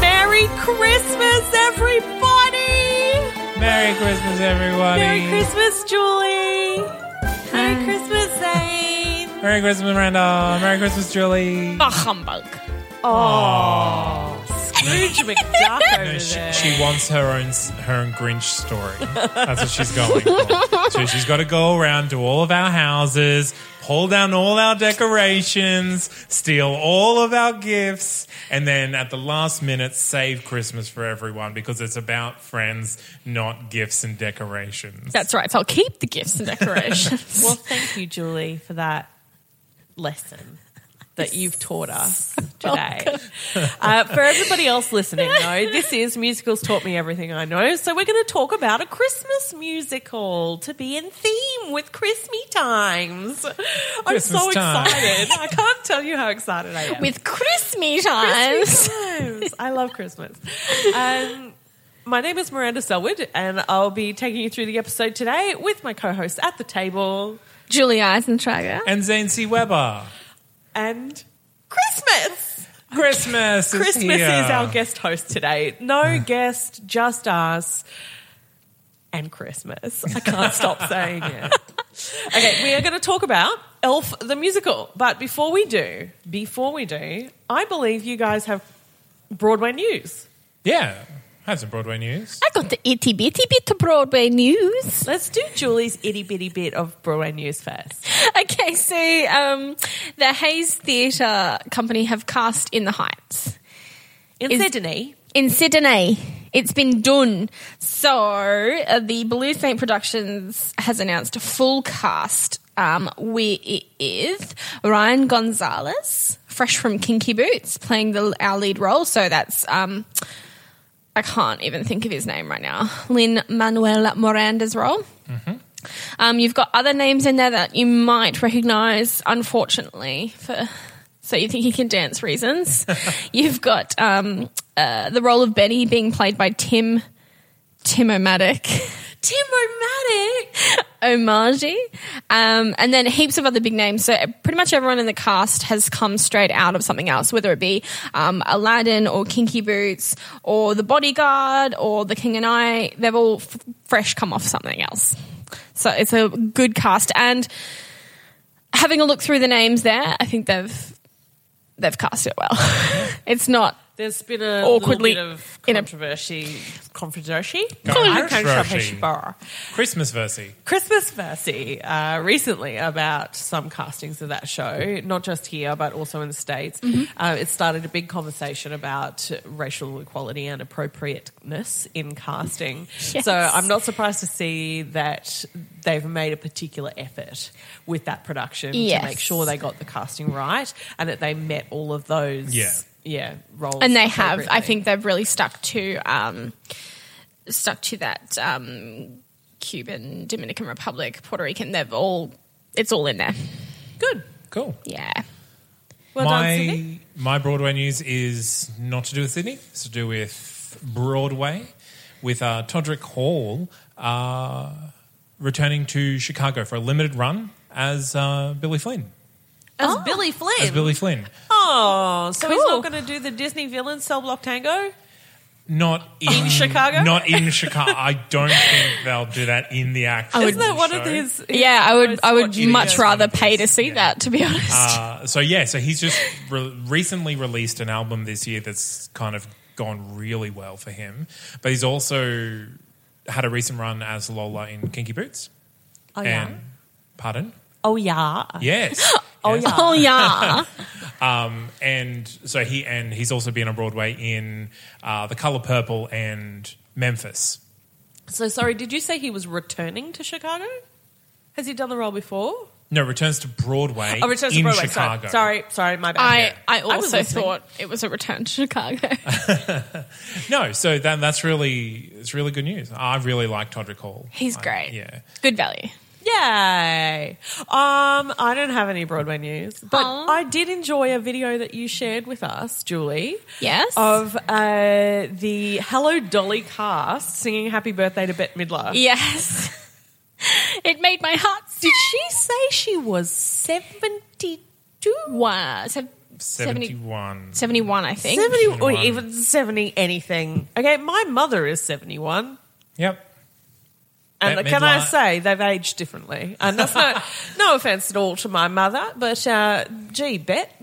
Merry Christmas, everybody! Merry Christmas, everybody. Merry Christmas, Julie! Merry Christmas, Zane! Merry Christmas, Miranda. Merry Christmas, Julie. Oh, humbug. Oh, Scrooge McDuck over She, there. she wants her own her own Grinch story. That's what she's going for. So she's got to go around to all of our houses, pull down all our decorations, steal all of our gifts, and then at the last minute save Christmas for everyone because it's about friends, not gifts and decorations. That's right. So I'll keep the gifts and decorations. Well, thank you, Julie, for that lesson that you've taught us today. Uh, for everybody else listening, though, this is Musicals Taught Me Everything I Know. So we're going to talk about a Christmas musical to be in theme with Christmy times. I'm so Christmas time. excited. I can't tell you how excited I am. with Christmas times. Christmas. I love Christmas. Um, my name is Miranda Selwood, and I'll be taking you through the episode today with my co host at the table Julie Eisentrager. And Zane C. Weber. and Christmas. Christmas is Christmas here. is our guest host today. No guest, just us and Christmas. I can't stop saying it. Okay, we are going to talk about Elf the musical. But before we do, before we do, I believe you guys have Broadway news. Yeah. I have some Broadway news. I got the E itty bitty bit of Broadway news. Let's do Julie's itty bitty bit of Broadway news first. Okay, so um, the Hayes Theatre Company have cast In the Heights. In Is- Sydney, in Sydney. It's been done. So uh, the Blue Saint Productions has announced a full cast um, with Ryan Gonzalez, fresh from Kinky Boots, playing the, our lead role. So that's um, I can't even think of his name right now. Lynn Manuel Miranda's role. Um, you've got other names in there that you might recognise, unfortunately, for so you think you can dance reasons. you've got um, uh, the role of Benny being played by Tim Tim O'Matic. Tim O'Matic. Omaji. Um, and then heaps of other big names. So pretty much everyone in the cast has come straight out of something else, whether it be um, Aladdin or Kinky Boots or The Bodyguard or The King and I. They've all f- fresh come off something else. So it's a good cast. And having a look through the names there, I think they've they've cast it well. it's not there's been a Awkwardly little bit of in a- controversy. controversy? Controversy. Controversy. Christmas versy. Christmas Mercy uh, recently about some castings of that show, not just here but also in the States. Mm-hmm. Uh, it started a big conversation about racial equality and appropriateness in casting. Yes. So I'm not surprised to see that they've made a particular effort with that production Yes. to make sure they got the casting right and that they met all of those Yeah. yeah roles. and they have. I appropriately. think they've really stuck to um, stuck to that um, Cuban, Dominican Republic, Puerto Rican. They've all it's all in there. good. Cool. Yeah. Well done, Sydney. my my Broadway news is not to do with Sydney. It's to do with Broadway, with uh, Todrick Hall uh, returning to Chicago for a limited run as uh, Billy Flynn. As Oh. Billy Flynn. As Billy Flynn. oh, so he's Cool. not going to do the Disney villain Cell Block Tango. Not in, In Chicago? Not in Chicago. I don't think they'll do that in the actual. Isn't that one show. of his? Yeah, I would. I would Watch it much again. rather pay to see that. To be honest, Ah. Uh, so yeah, so he's just re- recently released an album this year that's kind of gone really well for him, but he's also had a recent run as Lola in Kinky Boots. Oh yeah. And pardon? Oh yeah. Yes. Oh yeah. Yes. oh yeah, And so he and he's also been on Broadway in uh, The Color Purple and Memphis. So sorry. Did you say he was returning to Chicago? Has he done the role before? No, returns to Broadway. Oh, returns in to Broadway. Chicago. Sorry. sorry, sorry, my bad. I I was also listening. thought it was a return to Chicago. No, so that, that's really it's really good news. I really like Todrick Hall. He's I- great. yeah. good value. Yay! Um, I don't have any Broadway news, but Aw. I did enjoy a video that you shared with us, Julie. Yes. Of uh, the Hello Dolly cast singing "Happy Birthday" to Bette Midler. Yes, it made my heart. Did she say she was seventy-two? Wow, sev- 70, 71. 71, I think. Seventy or 71. even seventy anything? Okay, my mother is seventy-one. Yep. And Bette can I Midler. say they've aged differently? And that's no, no offense at all to my mother, but uh, gee, Bet,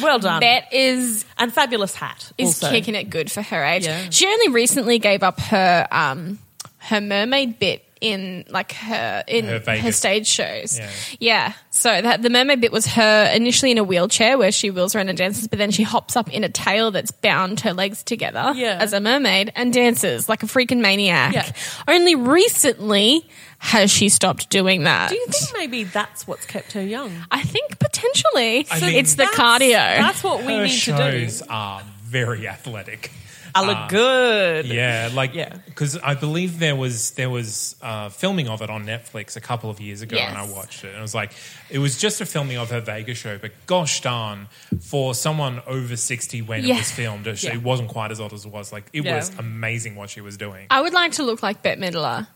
well done, Bet is and fabulous hat is also. kicking it good for her age. Yeah. She only recently gave up her um her mermaid bit in like her in Her her, Vegas. stage shows. Yeah. Yeah. So that the mermaid bit was her initially in a wheelchair where she wheels around and dances, but then she hops up in a tail that's bound her legs together Yeah. as a mermaid and dances like a freaking maniac. Yeah. Only recently has she stopped doing that. Do you think maybe that's what's kept her young? I think potentially I mean- it's the That's- cardio. That's what we Her need to shows do. are very athletic. I look good. Yeah, like Yeah. because I believe there was there was uh, filming of it on Netflix a couple of years ago, and I Yes. watched it, and it was like it was just a filming of her Vegas show, but gosh darn, for someone over sixty when Yeah. it was filmed, she Yeah. wasn't quite as old as it was. Like it Yeah. was amazing what she was doing. I would like to look like Bette Midler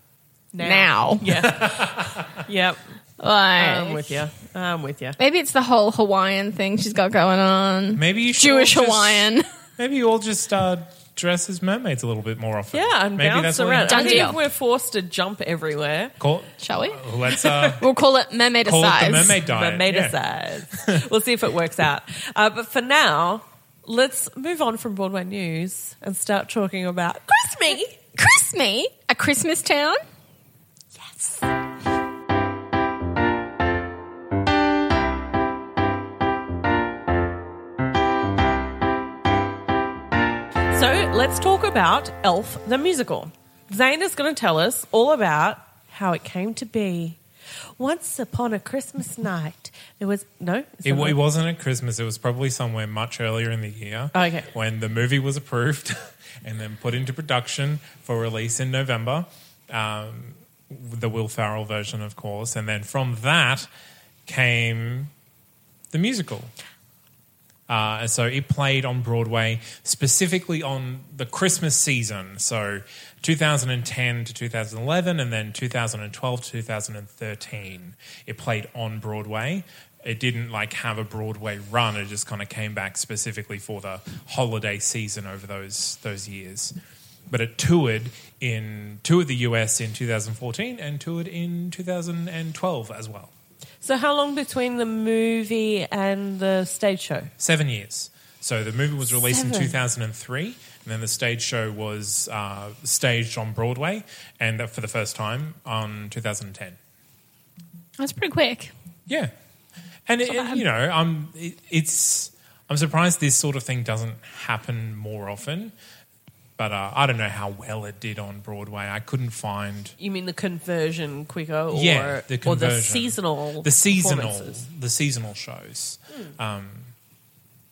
now. Yeah. yep. Like, I'm Um, with you. I'm with you. Maybe it's the whole Hawaiian thing she's got going on. Maybe you should Jewish all just- Hawaiian. Maybe you all just uh, dress as mermaids a little bit more often. Yeah, and maybe bounce what we around. need I to Done think deal. if we're forced to jump everywhere, Call, Shall we? let's uh, We'll call it mermaid call it the size. mermaid diet. mermaid yeah. aside. we'll see if it works out. Uh, but for now, let's move on from Broadway news and start talking about Christmas. Christmas, a Christmas town. So let's talk about Elf the musical. Zayn is going to tell us all about how it came to be. Once upon a Christmas night, there was no. is It, that it right? wasn't at Christmas. It was probably somewhere much earlier in the year. Oh, Okay. When the movie was approved and then put into production for release in November. Um, the Will Farrell version, of course. And then from that came the musical. Uh, so it played on Broadway, specifically on the Christmas season. So 2010 to 2011, and then 2012 to 2013. It played on Broadway. It didn't like have a Broadway run. It just kind of came back specifically for the holiday season over those those years. But it toured in toured the US in 2014 and toured in 2012 as well. So how long between the movie and the stage show? Seven years. So the movie was released in Seven. 2003, and then the stage show was uh, staged on Broadway, and uh, for the first time on 2010. That's pretty quick. Yeah, and it, you know, I'm it, it's I'm surprised this sort of thing doesn't happen more often, but uh, I don't know how well it did on Broadway. I couldn't find You mean the conversion quicker, or yeah the or conversion. the seasonal, the seasonal performances? Hmm. the seasonal shows um,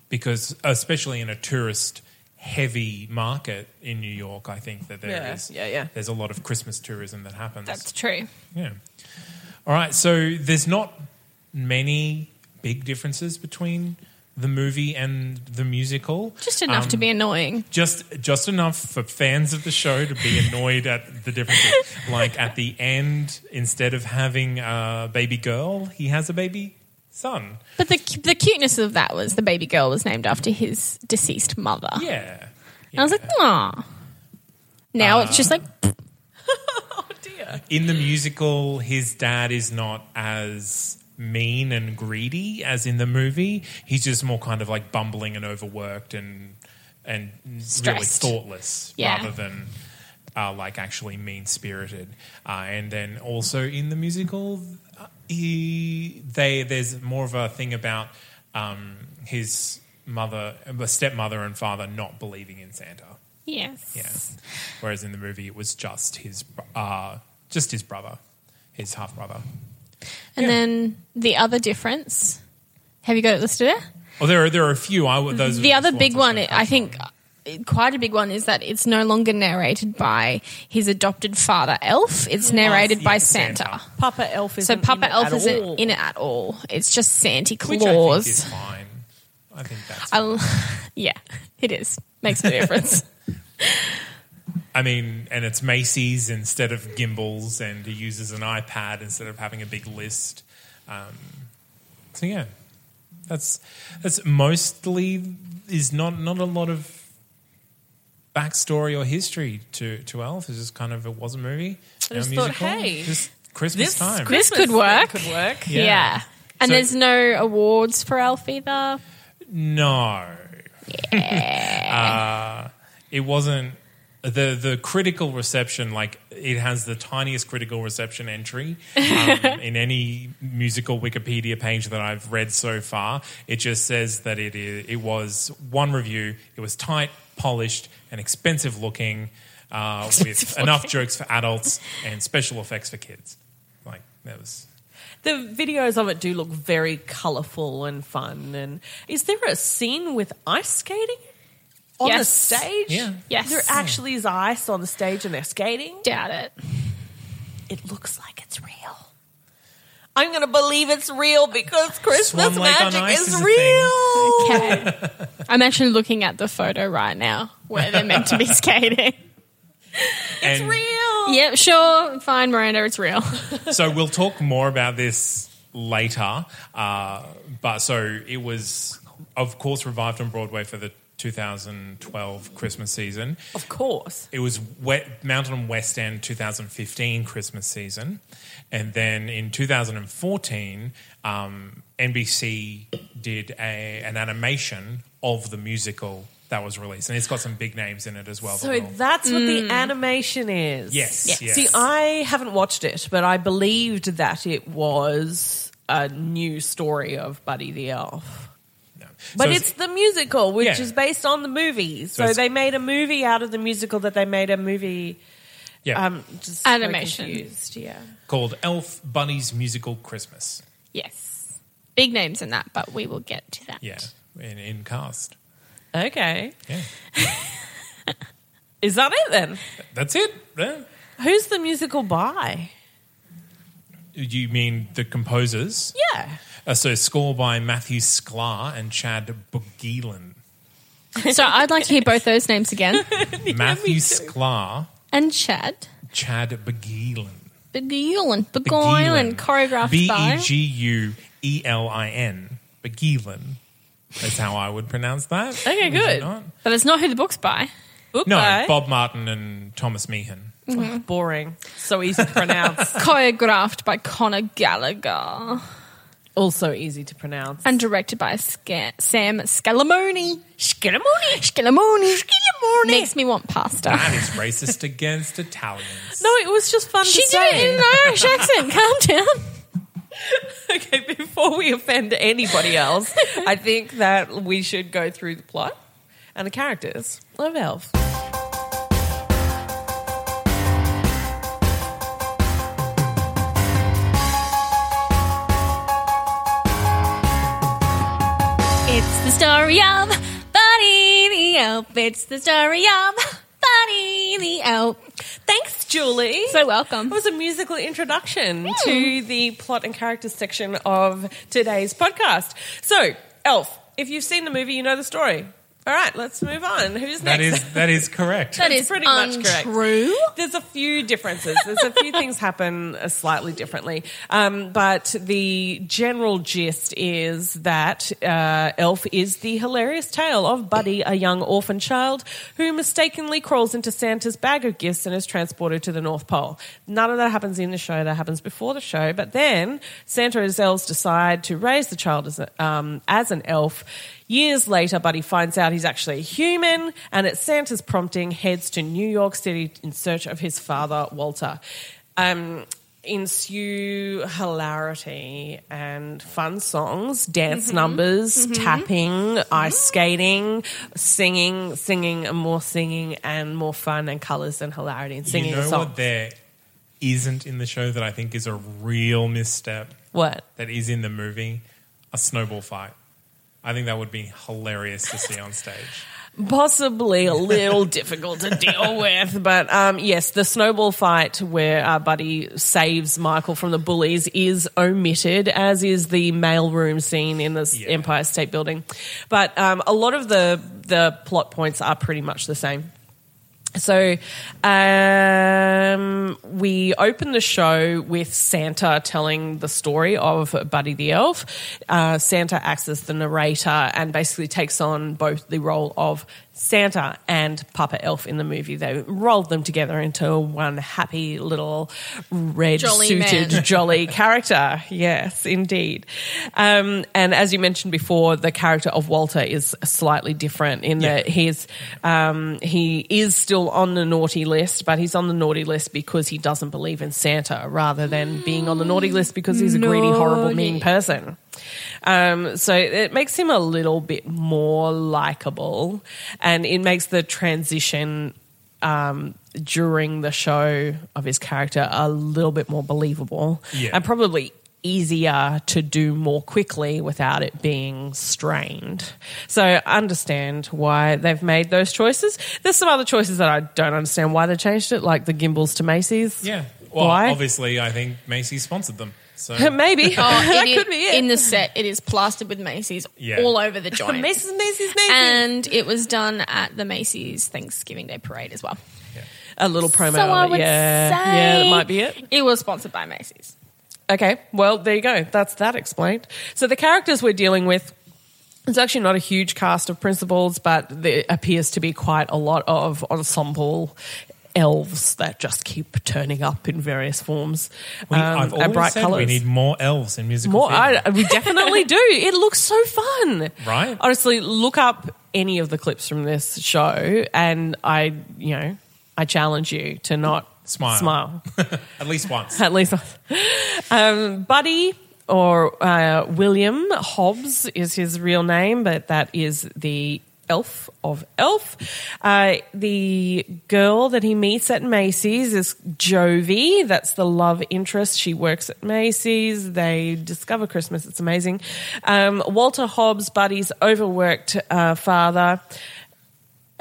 because especially in a tourist heavy market in New York I think that there is Yeah, yeah, yeah. there's a lot of Christmas tourism that happens That's true. yeah all right so there's not many big differences between the movie and the musical Just enough Um, to be annoying. just just enough for fans of the show to be annoyed at the differences. like at the end, instead of having a baby girl, he has a baby son. But the cu- the cuteness of that was the baby girl was named after his deceased mother. Yeah. Uh, And I was like, ah, Now it's just like in the musical, his dad is not as mean and greedy as in the movie. He's just more kind of like bumbling and overworked and and really Stressed. thoughtless Yeah. rather than uh, like actually mean spirited. Uh, and then also in the musical, uh, he they there's more of a thing about um, his mother, uh, stepmother, and father not believing in Santa. yes. Yeah. Whereas in the movie, it was just his, uh, just his brother, his half brother. And then the other difference, have you got it listed there? Oh, there are there are a few. I would those. are Mm-hmm. The other ones big I was one, gonna I touch think, on. uh, quite a big one, is that it's no longer narrated by his adopted father, Elf. It's narrated Oh, Yes, by yes, Santa. Santa. Papa Elf is So Papa Elf is isn't in it at all. It's just Santa Which I think is Claus. fine. I think that's. I l- yeah, it is. Makes no difference. I mean, and it's Macy's instead of Gimbals, and he uses an iPad instead of having a big list. Um, so yeah, that's that's mostly is not not a lot of backstory or history to to Elf. It's just kind of it was a movie. I now just a thought, musical. hey, just Christmas This time. Christmas could thing work. Could work. Yeah. And So- there's no awards for Elf either. No. uh, it wasn't the the critical reception. Like it has the tiniest critical reception entry um, in any musical Wikipedia page that I've read so far. It just says that it is, it was one review. It was tight, polished, and expensive looking, uh, with enough jokes for adults and special effects for kids. Like that was. The videos of it do look very colourful and fun. And is there a scene with ice skating on Yes. the stage? Yeah. Yes. There actually is ice on the stage and they're skating. Doubt it. It looks like it's real. I'm going to believe it's real because Christmas Swan Lake on magic Ice is, is a real. Oh. Okay. I'm actually looking at the photo right now where they're meant to be skating. It's Real. Yep, sure. Fine, Miranda, it's real. so we'll talk more about this later. Uh, but so it was, of course, revived on Broadway for the 2012 Christmas season. Of course. It was Wet, Mountain and West End 2015 Christmas season. And then in 2014, um, NBC did a, an animation of the musical that was released. And it's got some big names in it as well. So that we'll- that's what Hmm. the animation is. Oh. Yes, Yes. yes. See, I haven't watched it, but I believed that it was a new story of Buddy the Elf. no. But So it's, the musical, which Yeah. is based on the movie. So, it's- they made a movie out of the musical that they made a movie. yeah, Um, just so Animation. confused, yeah. called Elf Bunny's Musical Christmas. Yes. Big names in that, but we will get to that. Yeah, in, in cast. Okay. Yeah, Is that it then? that's it. Yeah. Who's the musical by? You mean the composers? Yeah. Uh, so score by Matthew Sklar and Chad Bogelan. So I'd like to hear both those names again. Matthew Sklar, And Chad. Chad Bogelan. Beguilin. Beguilin. Choreographed B by. e g u e l i n. Bogelan. That's how I would pronounce that. Okay, Is it good. not? But it's not who the book's by. Book No, by? Bob Martin and Thomas Meehan. Mm-hmm. Boring. So easy to pronounce. Uh. Choreographed by Connor Gallagher. also easy to pronounce. And directed by Sca- Sam Scalamone. Scalamone. Scalamone. Scalamone. Makes me want pasta. That is racist against Italians. No, it was just fun She to did it say. in an Irish accent. Calm down. okay, before we offend anybody else, I think that we should go through the plot and the characters of Elf. It's the story of Buddy the Elf. It's the story of Buddy the Elf. Thanks, Julie. So welcome. That was a musical introduction to the plot and characters section of today's podcast. So, Elf, if you've seen the movie, you know the story. All right, let's move on. Who's That next? is that is correct. That That's is pretty much correct. untrue. There's a few differences. There's a few things happen uh, slightly differently, um, but the general gist is that uh, Elf is the hilarious tale of Buddy, a young orphan child who mistakenly crawls into Santa's bag of gifts and is transported to the North Pole. None of that happens in the show. That happens before the show. But then Santa and his elves decide to raise the child as, a, um, as an elf. Years later, Buddy finds out he's actually a human and at Santa's prompting heads to New York City in search of his father, Walter. Um, ensue hilarity and fun songs, dance numbers, tapping, ice skating, singing, singing, and more singing, and more fun and colors and hilarity and singing you know songs. what there isn't in the show that I think is a real misstep what? that is in the movie? A snowball fight. I think that would be hilarious to see on stage. possibly a little difficult to deal with. But um, yes, the snowball fight where our buddy saves Michael from the bullies is omitted, as is the mailroom scene in the Yeah. Empire State Building. But um, a lot of the the plot points are pretty much the same. So um, we open the show with Santa telling the story of Buddy the Elf. Uh, Santa acts as the narrator and basically takes on both the role of Santa and Papa Elf in the movie. They rolled them together into one happy little red Jolly suited man. jolly character. Yes, indeed. Um, and as you mentioned before, the character of Walter is slightly different in Yeah. that he's um, he is still on the naughty list, but he's on the naughty list because he doesn't believe in Santa, rather than being on the naughty list because he's a greedy, horrible, mean person. Um, so it makes him a little bit more likable, and it makes the transition um, during the show of his character a little bit more believable Yeah. and probably easier to do more quickly without it being strained. So I understand why they've made those choices. There's some other choices that I don't understand why they changed it, like the gimbals to Macy's. Yeah. Well, Why? obviously, I think Macy sponsored them. So Maybe. Oh, that it could i- be it. In the set, it is plastered with Macy's Yeah. all over the joint. Macy's, Macy's, Macy's. And it was done at the Macy's Thanksgiving Day Parade as well. a little promo. so I of it. would yeah. say yeah, that might be it. It was sponsored by Macy's. Okay, well, there you go. That's that explained. So the characters we're dealing with. It's actually not a huge cast of principals, but there appears to be quite a lot of ensemble elves that just keep turning up in various forms we, um, I've and always bright said colors. we need more elves in musical More, theatre. I, we definitely do. It looks so fun, Right. Honestly, look up any of the clips from this show, and I, you know, I challenge you to not Smile. Smile At least once. at least. Um, Buddy or uh, William Hobbs is his real name, but that is the elf of elf. Uh, the girl that he meets at Macy's is Jovi. That's the love interest. She works at Macy's. They discover Christmas. It's amazing. Um, Walter Hobbs, Buddy's overworked uh, father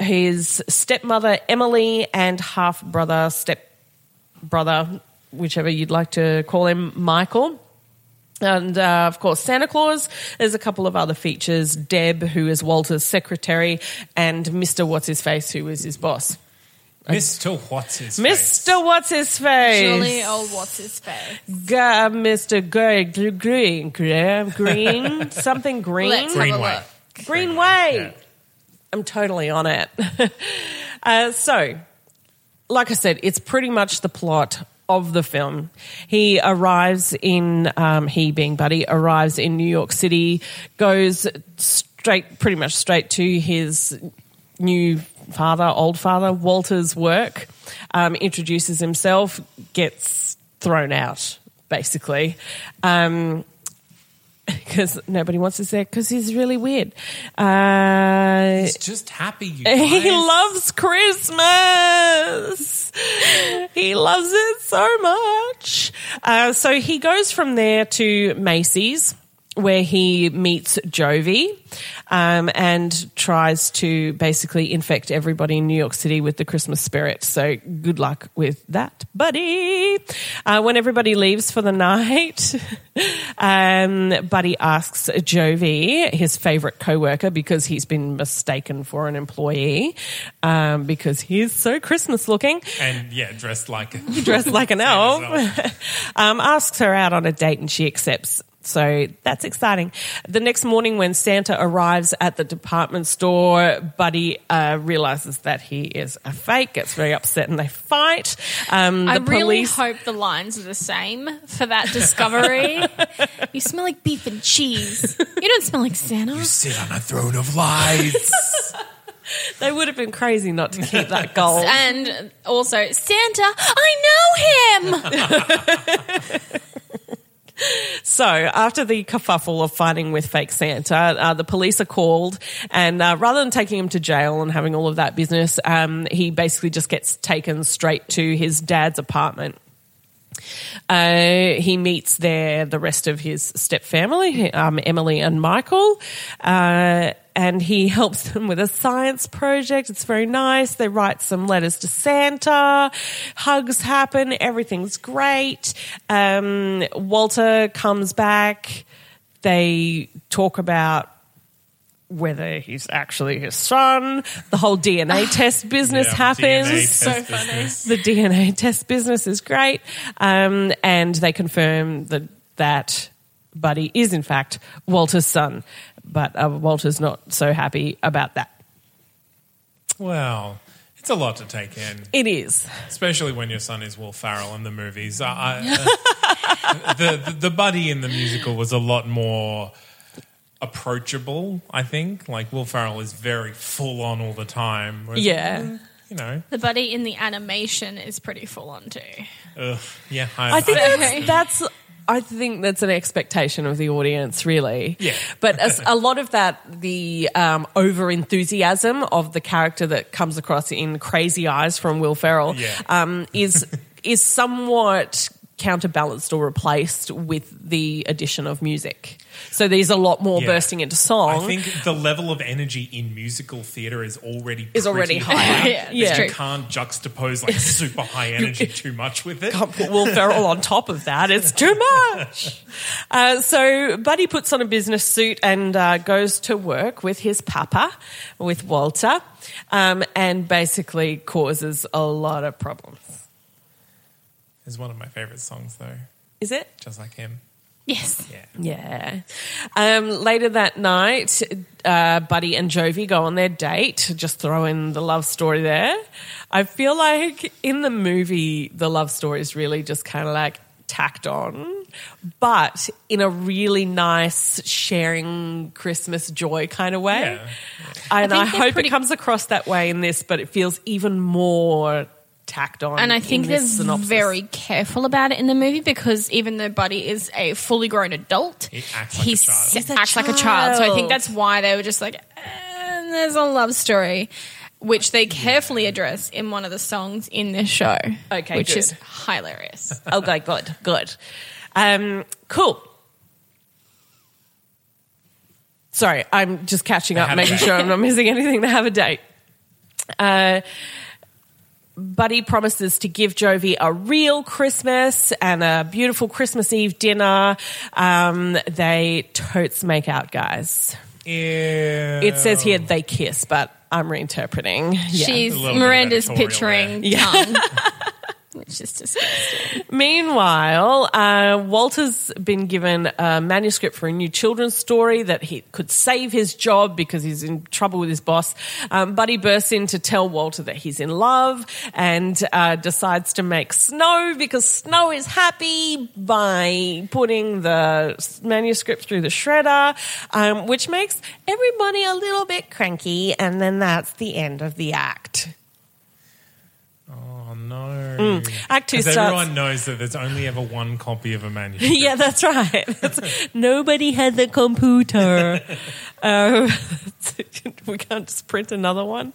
his stepmother Emily and half brother step brother, whichever you'd like to call him, Michael. And uh, of course, Santa Claus. There's a couple of other features Deb, who is Walter's secretary, and Mr. What's His Face, who is his boss. Mr. What's his Mr. What's His Face? Surely, old what's his face? G- uh, Mr. G- Green, Green, Green, something green. Let's have a Greenway. look. Greenway. Yeah. I'm totally on it. uh, so, like I said, it's pretty much the plot of the film. He arrives in, um, he being Buddy, arrives in New York City, goes straight, pretty much straight to his new father, old father, Walter's work, um, introduces himself, gets thrown out, basically. Um, because nobody wants us there because he's really weird. Uh, He's just happy you he guys. loves Christmas. he loves it so much. Uh, so he goes from there to Macy's, where he meets Jovi um, and tries to basically infect everybody in New York City with the Christmas spirit. So good luck with that, buddy. Uh, when everybody leaves for the night, um, Buddy asks Jovi, his favorite co worker, because he's been mistaken for an employee, um, because he's so Christmas looking And yeah, dressed like a dressed like an elf, elf. um, asks her out on a date and she accepts. So that's exciting. The next morning, when Santa arrives at the department store, Buddy uh, realizes that he is a fake, gets very upset, and they fight. Um, the I really police. hope the lines are the same for that discovery. you smell like beef and cheese. You don't smell like Santa. sit on a throne of lies. they would have been crazy not to keep that goal. And also, Santa, I know him. So, after the kerfuffle of fighting with fake Santa, uh, the police are called, and uh, rather than taking him to jail and having all of that business, um, he basically just gets taken straight to his dad's apartment. Uh, he meets there the rest of his step family, um, Emily and Michael, uh, and he helps them with a science project. It's very nice. They write some letters to Santa. Hugs happen. Everything's great. Um, Walter comes back. They talk about whether he's actually his son. The whole DNA test business Ah. Yeah, happens DNA test business. the DNA test business is great, um, and they confirm that that Buddy is in fact Walter's son, but uh, Walter's not so happy about that. Well, it's a lot to take in, It is. especially when your son is Will Farrell in the movies. I, I, uh, the, the the buddy in the musical was a lot more approachable. I think like Will Farrell is very full on all the time. whereas, Yeah. mm, you know, The buddy in the animation is pretty full on too. ugh, yeah. I think Okay. that's, that's I think that's an expectation of the audience, really. Yeah. But as, a lot of that, the um, over enthusiasm of the character that comes across in Crazy Eyes from Will Ferrell, Yeah. um, is is somewhat counterbalanced or replaced with the addition of music. So there's a lot more Yeah. bursting into song. I think the level of energy in musical theater is already Is already pretty high. Yeah, that's Yeah. You can't juxtapose like super high energy too much with it. can't put Will Ferrell on top of that. It's too much. Uh, so Buddy puts on a business suit and uh, goes to work with his papa, with Walter, um, and basically causes a lot of problems. It's one of my favorite songs though. Is it? Just like him. Yes. Yeah. Yeah. Um, later that night, uh, Buddy and Jovi go on their date. Just throw in the love story there. I feel like in the movie, the love story is really just kind of like tacked on, but in a really nice sharing Christmas joy kind of way. Yeah. And I, I think they're hope pretty- it comes across that way in this, but it feels even more tacked on. And I in think they're this synopsis. very careful about it in the movie because even though Buddy is a fully grown adult, He acts like a s- child. He's a acts like a child. So I think child. that's why they were just like, "Eh, there's a love story, which they carefully address in one of the songs in this show. Okay, Which is good. hilarious. okay, good, good. Um, cool. Sorry, I'm just catching up, have a making date. sure I'm not missing anything. They have a date. Uh, Buddy promises to give Jovi a real Christmas and a beautiful Christmas Eve dinner. Um, they totes make out, guys. Ew. It says Oh. here they kiss, but I'm reinterpreting. Yeah. She's little bit Miranda's editorial picturing tongue, which is disgusting. Meanwhile, uh, Walter's been given a manuscript for a new children's story that he could save his job because he's in trouble with his boss. Um, Buddy bursts in to tell Walter that he's in love and uh, decides to make Snow because Snow is happy by putting the s- manuscript through the shredder, um, which makes everybody a little bit cranky. And then that's the end of the act. Oh no. Mm. Act two Because starts. everyone knows that there's only ever one copy of a manuscript. yeah, that's right. That's- nobody has a computer. um, we can't just print another one.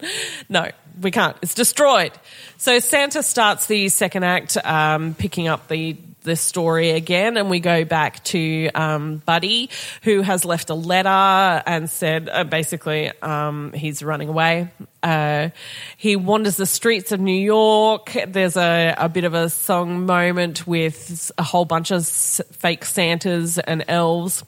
No, we can't. It's destroyed. So Santa starts the second act, um, picking up the the story again, and we go back to um, Buddy, who has left a letter and said uh, basically um, he's running away. Uh, he wanders the streets of New York. There's a, a bit of a song moment with a whole bunch of s- fake Santas and elves.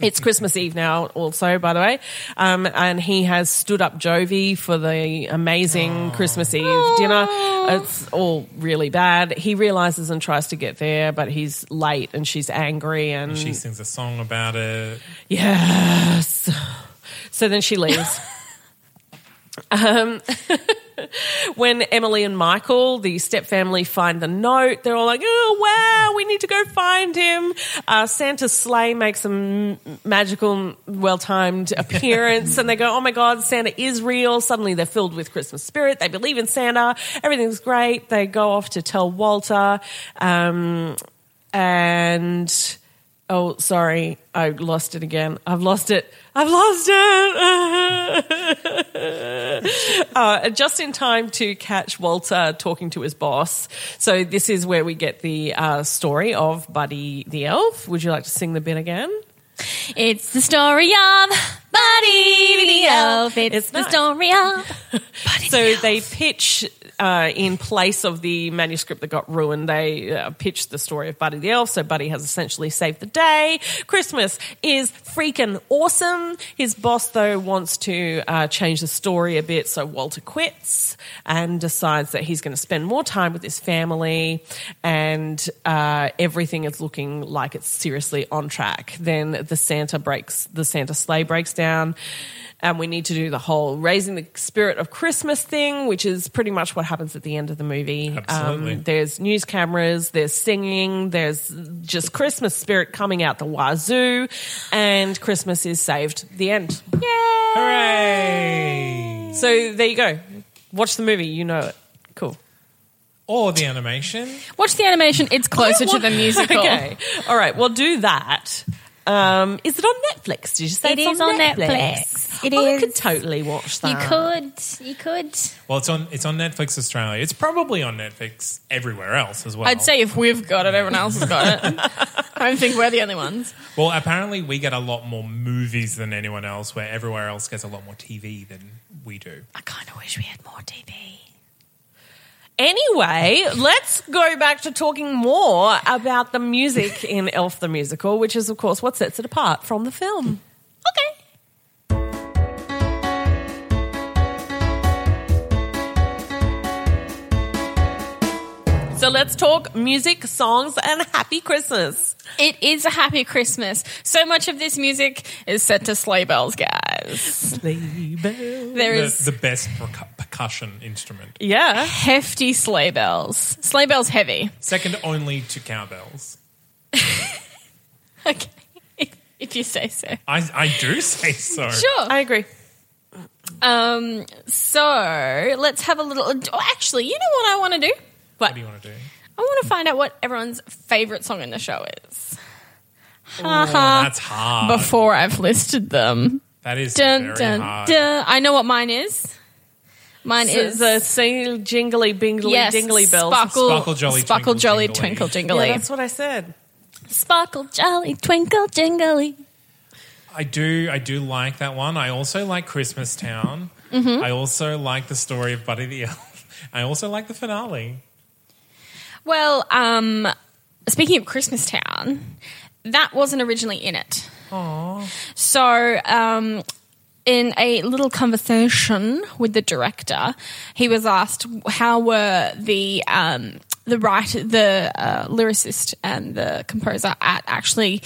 It's Christmas Eve now, also, by the way. Um, and he has stood up Jovi for the amazing Christmas Eve dinner. It's all really bad. He realizes and tries to get there, but he's late and she's angry and She sings a song about it. Yes. So then she leaves. um, when Emily and Michael, the stepfamily, find the note, they're all like, oh, wow, we need to go find him. Uh, Santa's sleigh makes a m- magical, well timed appearance, and they go, oh my God, Santa is real. Suddenly they're filled with Christmas spirit. They believe in Santa. Everything's great. They go off to tell Walter. Um, and oh sorry i lost it again i've lost it i've lost it uh, just in time to catch walter talking to his boss so this is where we get the uh, story of buddy the elf would you like to sing the bit again It's the story of Buddy the Elf. It's, It's the nice. story of Buddy so the Elf. they pitch uh, in place of the manuscript that got ruined they uh, pitched the story of buddy the elf so buddy has essentially saved the day christmas is freaking awesome his boss though wants to uh, change the story a bit so walter quits and decides that he's going to spend more time with his family and uh, everything is looking like it's seriously on track then the santa breaks the santa sleigh breaks down and we need to do the whole raising the spirit of Christmas thing, which is pretty much what happens at the end of the movie. Um, Absolutely. there's news cameras, there's singing, there's just Christmas spirit coming out the wazoo, and Christmas is saved. The end. Hooray! So there you go. Watch the movie, you know it. Cool. Or the animation. Watch the animation. It's closer to the musical. Okay. All right. Well, do that. Um, is it on Netflix? Did you say It it's is on Netflix. It oh, I is. could totally watch You that. could. You could. Well, it's on it's on Netflix Australia. It's probably on Netflix everywhere else as well. I'd say if we've got it, everyone else has got it. I don't think we're the only ones. Well, apparently we get a lot more movies than anyone else, where everywhere else gets a lot more TV than we do. I kind of wish we had more TV. Anyway, let's go back to talking more about the music in Elf the Musical, which is, of course, what sets it apart from the film. Okay. So let's talk music, songs, and Happy Christmas. It is a happy Christmas. So much of this music is set to sleigh bells, guys. There The, is the best percu- percussion instrument, Yeah. hefty sleigh bells. Sleigh bells heavy. second only to cowbells. Okay. If, if you say so. I, I do say so. Sure. I agree. Um, so let's have a little. oh, actually, you know what I want to do? What do you want to do? I want to find out what everyone's favorite song in the show is. That's hard. Before I've listed them. that is Dun, very dun, hard. dun. I know what mine is. Mine It's is a sing- jingly, bingly, yes, dingly bells. Sparkle, Sparkle jolly, jolly, sparkle, twinkle, jolly, jingly. twinkle, jingly. Yeah, that's what I said. Sparkle, jolly, twinkle, jingly. I do. I do like that one. I also like Christmas Town. I also like the story of Buddy the Elf. I also like the finale. Well, um, speaking of Christmas Town, that wasn't originally in it. So, um, in a little conversation with the director, he was asked how were the um, the writer, the uh, lyricist, and the composer at actually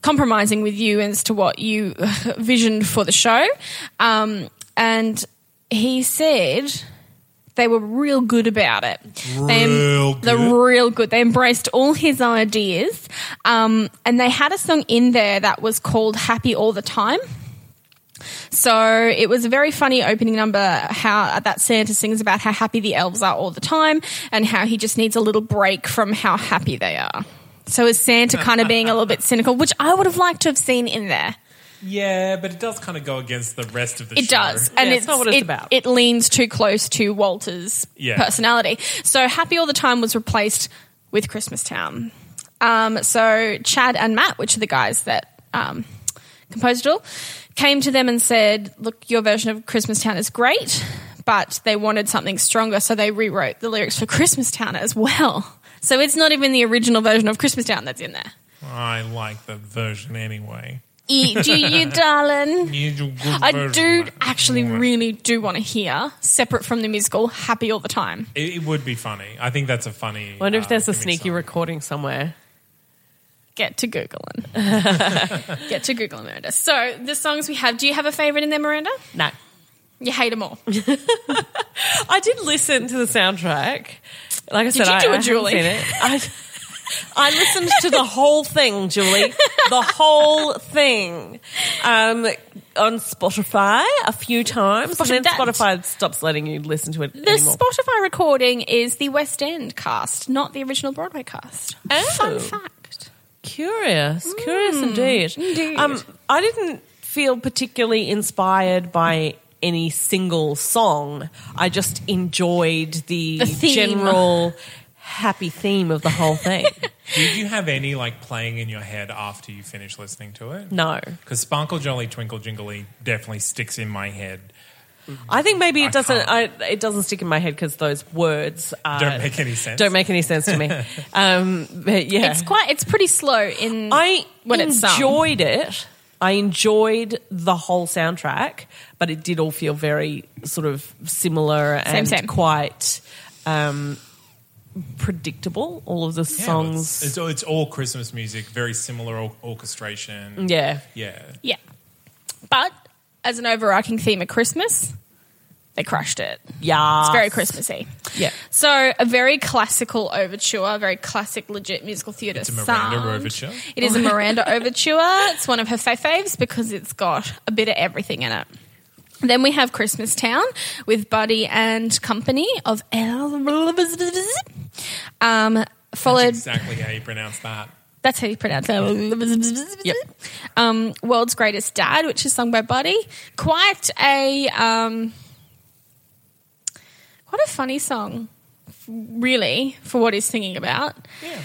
compromising with you as to what you visioned for the show, um, and he said they were real good about it. They- Real They're good? real good. They embraced all his ideas. Um, and they had a song in there that was called Happy All the Time. So it was a very funny opening number how uh, that Santa sings about how happy the elves are all the time and how he just needs a little break from how happy they are. So is Santa kind of being a little bit cynical, which I would have liked to have seen in there. Yeah, but it does kind of go against the rest of the It show. does, and it's not what it's it, about. It leans too close to Walter's Yeah. personality. So happy all the time was replaced with Christmas Town. Um, so Chad and Matt, which are the guys that um, composed it all, came to them and said, "Look, your version of Christmas Town is great, but they wanted something stronger, so they rewrote the lyrics for Christmas Town as well. So it's not even the original version of Christmas Town that's in there. I like the version anyway. E- do you, darling?" I do actually really. really do want to hear, separate from the musical, Happy All the Time. It, it would be funny. I think that's a funny. Wonder Ah, if uh, there's a gimmick sneaky song. recording somewhere. Get to Googling. Get to Googling, Miranda. So, the songs we have, do you have a favourite in there, Miranda? No. You hate them all. I did listen to the soundtrack. Like I said, you I, do it, I haven't Julie? seen it. I, I listened to the whole thing, Julie. The whole thing um, on Spotify a few times, and then Spotify. Spotify stops letting you listen to it The anymore. Spotify recording is the West End cast, not the original Broadway cast. Oh. Fun fact. Curious, curious indeed. Mm, indeed. Um, I didn't feel particularly inspired by any single song. I just enjoyed the, The theme. general happy theme of the whole thing. Did you have any like playing in your head after you finish listening to it? no, Because Sparkle Jolly Twinkle Jingly definitely sticks in my head. I think maybe it I doesn't. I, can't. it doesn't stick in my head because those words are, Don't make any sense. Don't make any sense to me. um, but yeah, It's quite, it's pretty slow in. I when it's sung. enjoyed it. I enjoyed the whole soundtrack, but it did all feel very sort of similar and same. quite um, predictable. All of the Yeah, well, songs, It's, it's, all- it's all Christmas music, very similar or- orchestration. yeah, Yeah. yeah. But as an overarching theme of Christmas, they crushed it. yeah, It's very Christmassy. Yeah, So a very classical overture, a very classic, legit musical theatre. It's a Miranda sound. overture. Oh. It is a Miranda overture. It's one of her fa- faves because it's got a bit of everything in it. Then we have Christmas Town with Buddy and company of El. Um, followed. Exactly how you pronounce that. That's how you pronounce it. Yep. Um, World's Greatest Dad, which is sung by Buddy. Quite a um, quite a funny song, really, for what he's singing about. Yeah.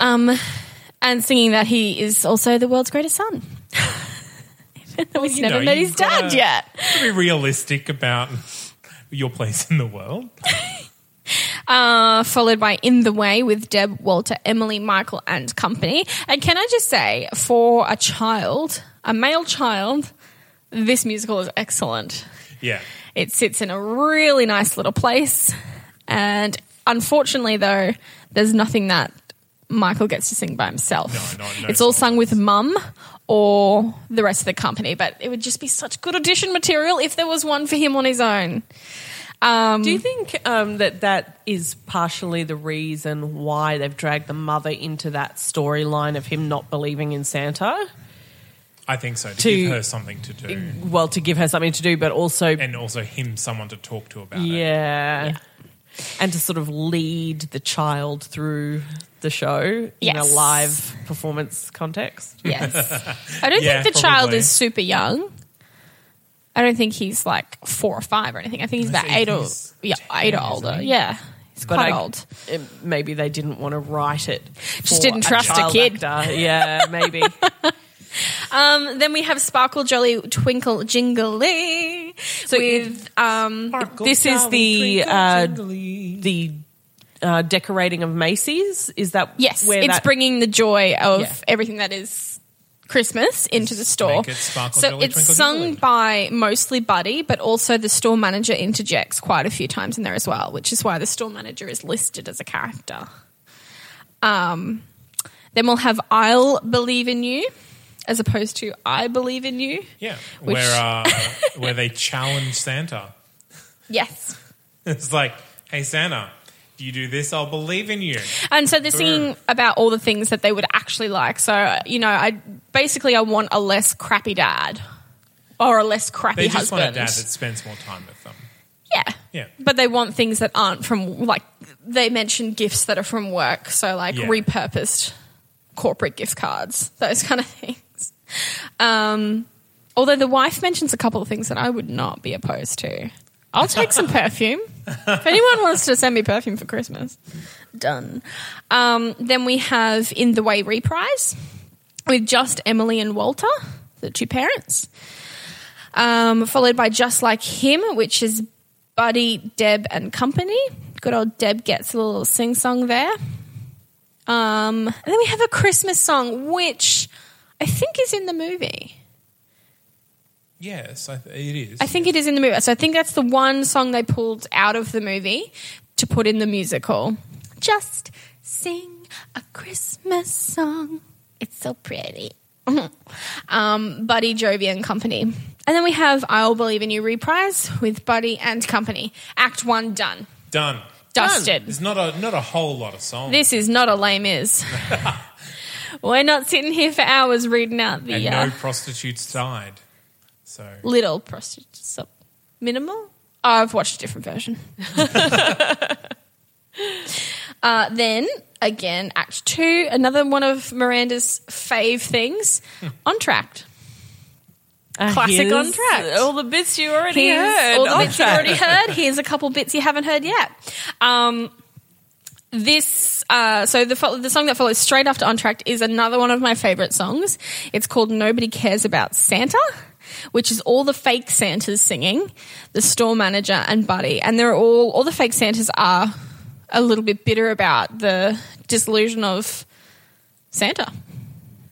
Um, and singing that he is also the world's greatest son. Even though he's you never know, met you've his dad gotta- yet. To be realistic about your place in the world. uh, followed by In the Way with Deb, Walter, Emily, Michael, and company. And can I just say, for a child, a male child, this musical is excellent. Yeah. It sits in a really nice little place. And unfortunately, though, there's nothing that Michael gets to sing by himself. No, no, no it's all song. sung with mum or the rest of the company, but it would just be such good audition material if there was one for him on his own. Um, Do you think um, that that is partially the reason why they've dragged the mother into that storyline of him not believing in Santa? I think so. To, To- give her something to do. Well, to give her something to do, but also, And also him someone to talk to about it. yeah. and to sort of lead the child through the show in a Yes. live performance context. Yes. I don't Yeah, think the child probably. is super young. I don't think he's like four or five or anything. I think he's I about think eight or he's yeah, 10, eight or isn't older. he? Yeah. He's But quite I- old. Um, Maybe they didn't want to write it. Just for didn't trust a child kid. actor. Yeah, maybe. Um, then we have Sparkle Jolly Twinkle Jingly. So with um, this is the uh, the uh, decorating of Macy's. Is that yes, Where it's that- bringing the joy of Yeah. everything that is Christmas into the store. make it sparkle, so jolly, it's twinkle, sung jingly. by mostly Buddy, but also the store manager interjects quite a few times in there as well, which is why the store manager is listed as a character. Um, then we'll have "I'll believe in you" as opposed to "I believe in you." Yeah. Which- Where uh, where they challenge Santa. Yes. It's like, hey Santa, if you do this, I'll believe in you. And so they're Mm. singing about all the things that they would actually like. So uh, you know, I basically I want a less crappy dad or a less crappy They just husband. want a dad that spends more time with them. yeah, Yeah. But they want things that aren't from like they mentioned gifts that are from work, so like Yeah. repurposed corporate gift cards, those kind of things. Um, although the wife mentions a couple of things that I would not be opposed to. I'll take some perfume. If anyone wants to send me perfume for Christmas, done. Um, then we have In the Way reprise with just Emily and Walter, the two parents. Um, followed by Just Like Him, which is Buddy, Deb, and company. Good old Deb gets a little sing song there. Um, and then we have a Christmas song, which I think is in the movie. Yes, I th- it is. I think it is in the movie. So I think that's the one song they pulled out of the movie to put in the musical. Just sing a Christmas song. It's so pretty. um, Buddy, Jovi, and Company. And then we have I'll Believe in You reprise with Buddy and Company. Act one done. Done. Dusted. There's not a not a whole lot of songs. This is not a lame is. We're not sitting here for hours reading out the and uh, no prostitutes died. So little prostitute sub minimal. I've watched a different version. uh, then again, Act Two, another one of Miranda's fave things, on tract. Classic Ah, Here's on track. All the bits you already Here's heard. all the on bits you track. already heard. Here's a couple bits you haven't heard yet. Um, this uh, so the fo- the song that follows straight after on track is another one of my favorite songs. It's called Nobody Cares About Santa. Which is all the fake Santas singing, the store manager and Buddy, and they're all all the fake Santas are a little bit bitter about the disillusion of Santa.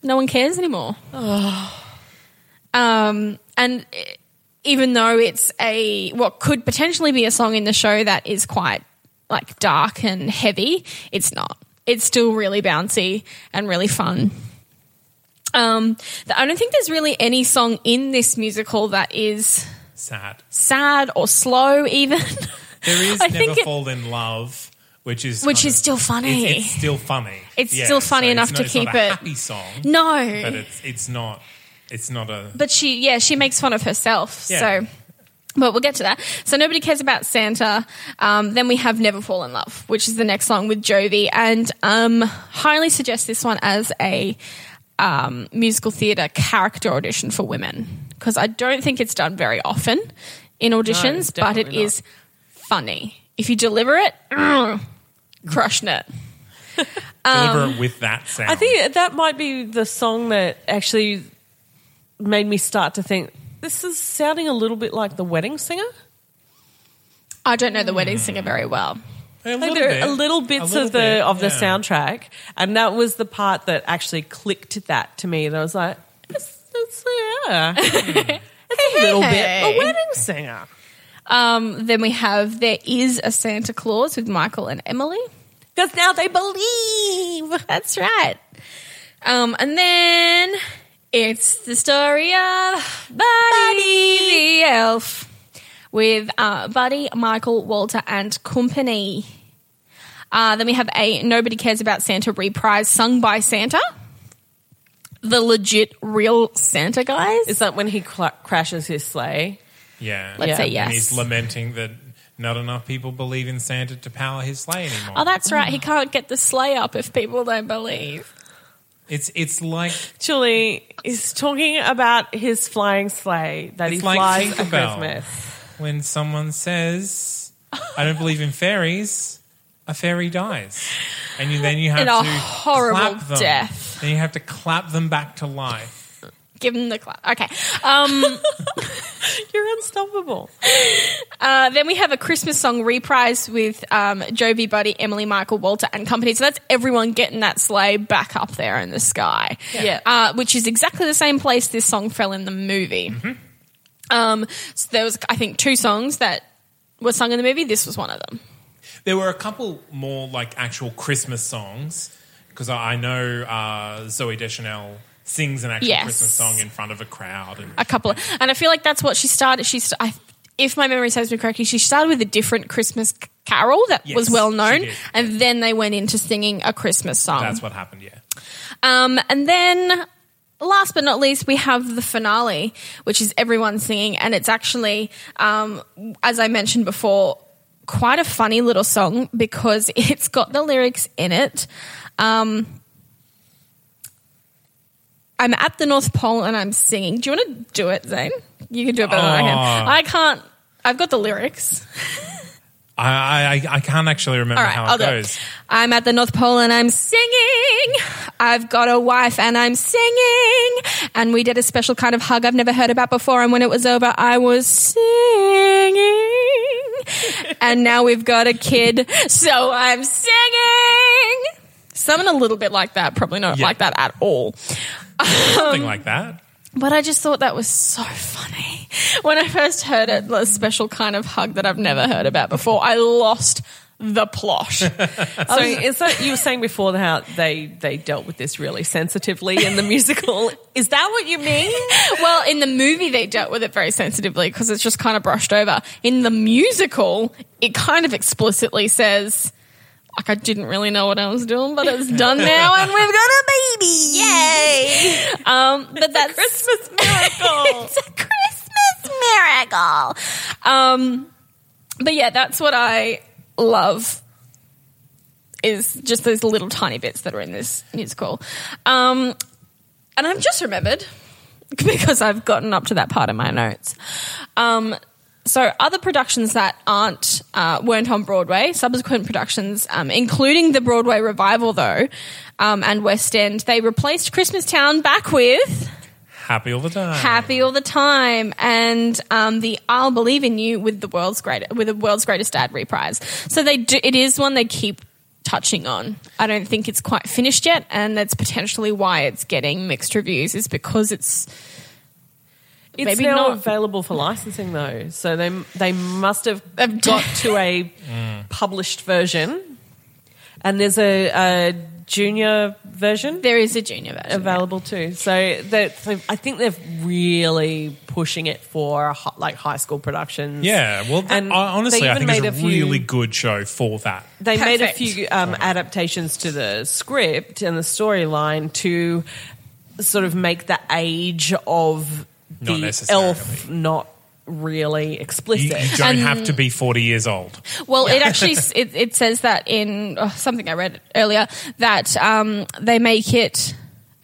No one cares anymore. Um, and eh, even though it's a what could potentially be a song in the show that is quite like dark and heavy, it's not. It's still really bouncy and really fun. Um, th- I don't think there's really any song in this musical that is sad. sad or slow, even. There is I Never think it- Fall in Love, which is Which kind is of- still funny. It's, it's still funny. It's still funny it's enough not- to it's not keep a it- happy song, no, but it's it's not it's not a but she yeah she makes fun of herself Yeah. so but we'll get to that so nobody cares about santa um, then we have never fall in love which is the next song with jovi and um, highly suggest this one as a um, musical theatre character audition for women because i don't think it's done very often in auditions but it is definitely funny if you deliver it crushing it Um, deliberate with that sound. I think that might be the song that actually made me start to think this is sounding a little bit like the wedding singer. i don't know the wedding singer very well a Like little, there bit, are little bits A little of the bit, of the yeah. soundtrack, and that was the part that actually clicked that to me. That I was like, it's, it's, yeah, it's a little bit hey. a wedding singer. um, then we have there is a santa claus with michael and emily Because now they believe. That's right. Um, and then it's the story of Buddy, the Elf with uh, Buddy, Michael, Walter, and Company. Uh, then we have a Nobody Cares About Santa reprise sung by Santa. The legit real Santa guys. Is that when he cla crashes his sleigh? Yeah, Let's say And he's yes. lamenting that not enough people believe in Santa to power his sleigh anymore. oh, that's right. He can't get the sleigh up if people don't believe. it's it's like Actually, he's talking about his flying sleigh that It's he like flies at Tinkerbell. Christmas. when someone says, "I don't believe in fairies," a fairy dies, and you, then you have And to a horrible clap them. death. Then you have to clap them back to life. Give him the clap. Okay. Um, You're unstoppable. Uh, then we have a Christmas song reprise with um, Jovi, Buddy, Emily, Michael, Walter, and company. So that's everyone getting that sleigh back up there in the sky. Yeah. Uh, which is exactly the same place this song fell in the movie. Mm-hmm. Um, so there was, I think, two songs that were sung in the movie. This was one of them. There were a couple more like actual Christmas songs because I, I know uh, Zoe Deschanel sings an actual Yes. Christmas song in front of a crowd. And, A couple. and I feel like that's what she started. She st- I, if my memory serves me correctly, she started with a different Christmas c- carol that Yes, was well she known. did. And then they went into singing a Christmas song. that's what happened. Yeah. Um, and then, last but not least, we have the finale, which is everyone singing, and it's actually, um, as I mentioned before, quite a funny little song because it's got the lyrics in it. Um, I'm at the North Pole and I'm singing. Do you want to do it, Zane? You can do it better than I Oh. can. I can't. I've got the lyrics. I, I, I can't actually remember All right, how it I'll do it. goes. I'm at the North Pole and I'm singing. I've got a wife and I'm singing. And we did a special kind of hug I've never heard about before. And when it was over, I was singing. and now we've got a kid, so I'm singing. Something a little bit like that, probably not Yeah. like that at all. Um, Something like that. But I just thought that was so funny. When I first heard it, the special kind of hug that I've never heard about before, I lost the plot. So is that you were saying before how they they dealt with this really sensitively in the musical? Is that what you mean? well, in the movie, they dealt with it very sensitively because it's just kind of brushed over. In the musical, it kind of explicitly says, like, I didn't really know what I was doing, but it's done now and we've got a baby. Yay. Um, but that's Christmas miracle. it's a Christmas miracle. Um, but yeah, that's what I love is just those little tiny bits that are in this musical. Um, and I've just remembered because I've gotten up to that part in my notes. Um, so other productions that aren't uh, weren't on Broadway, subsequent productions, um, including the Broadway revival though, um, and West End, they replaced Christmas Town back with Happy all the time. happy all the time and um, the I'll believe in you with the world's great with the world's greatest dad reprise. So they do it is one they keep touching on. I don't think it's quite finished yet and that's potentially why it's getting mixed reviews is because it's It's Maybe now not. available for licensing though, so they they must have They've- got to a published version, and there's a, a junior version there is a junior version. available too. So that so I think they're really pushing it for hi- like high school productions. Yeah, well, th- And I- honestly, they I even think it's made a a few- really good show for that. They made a Perfect. few um, adaptations to the script and the storyline to sort of make the age of Not the necessarily. elf not really You, explicit. you don't have to be 40 years old. Well, it actually s- it, it says that in oh, something I read earlier that um, they make it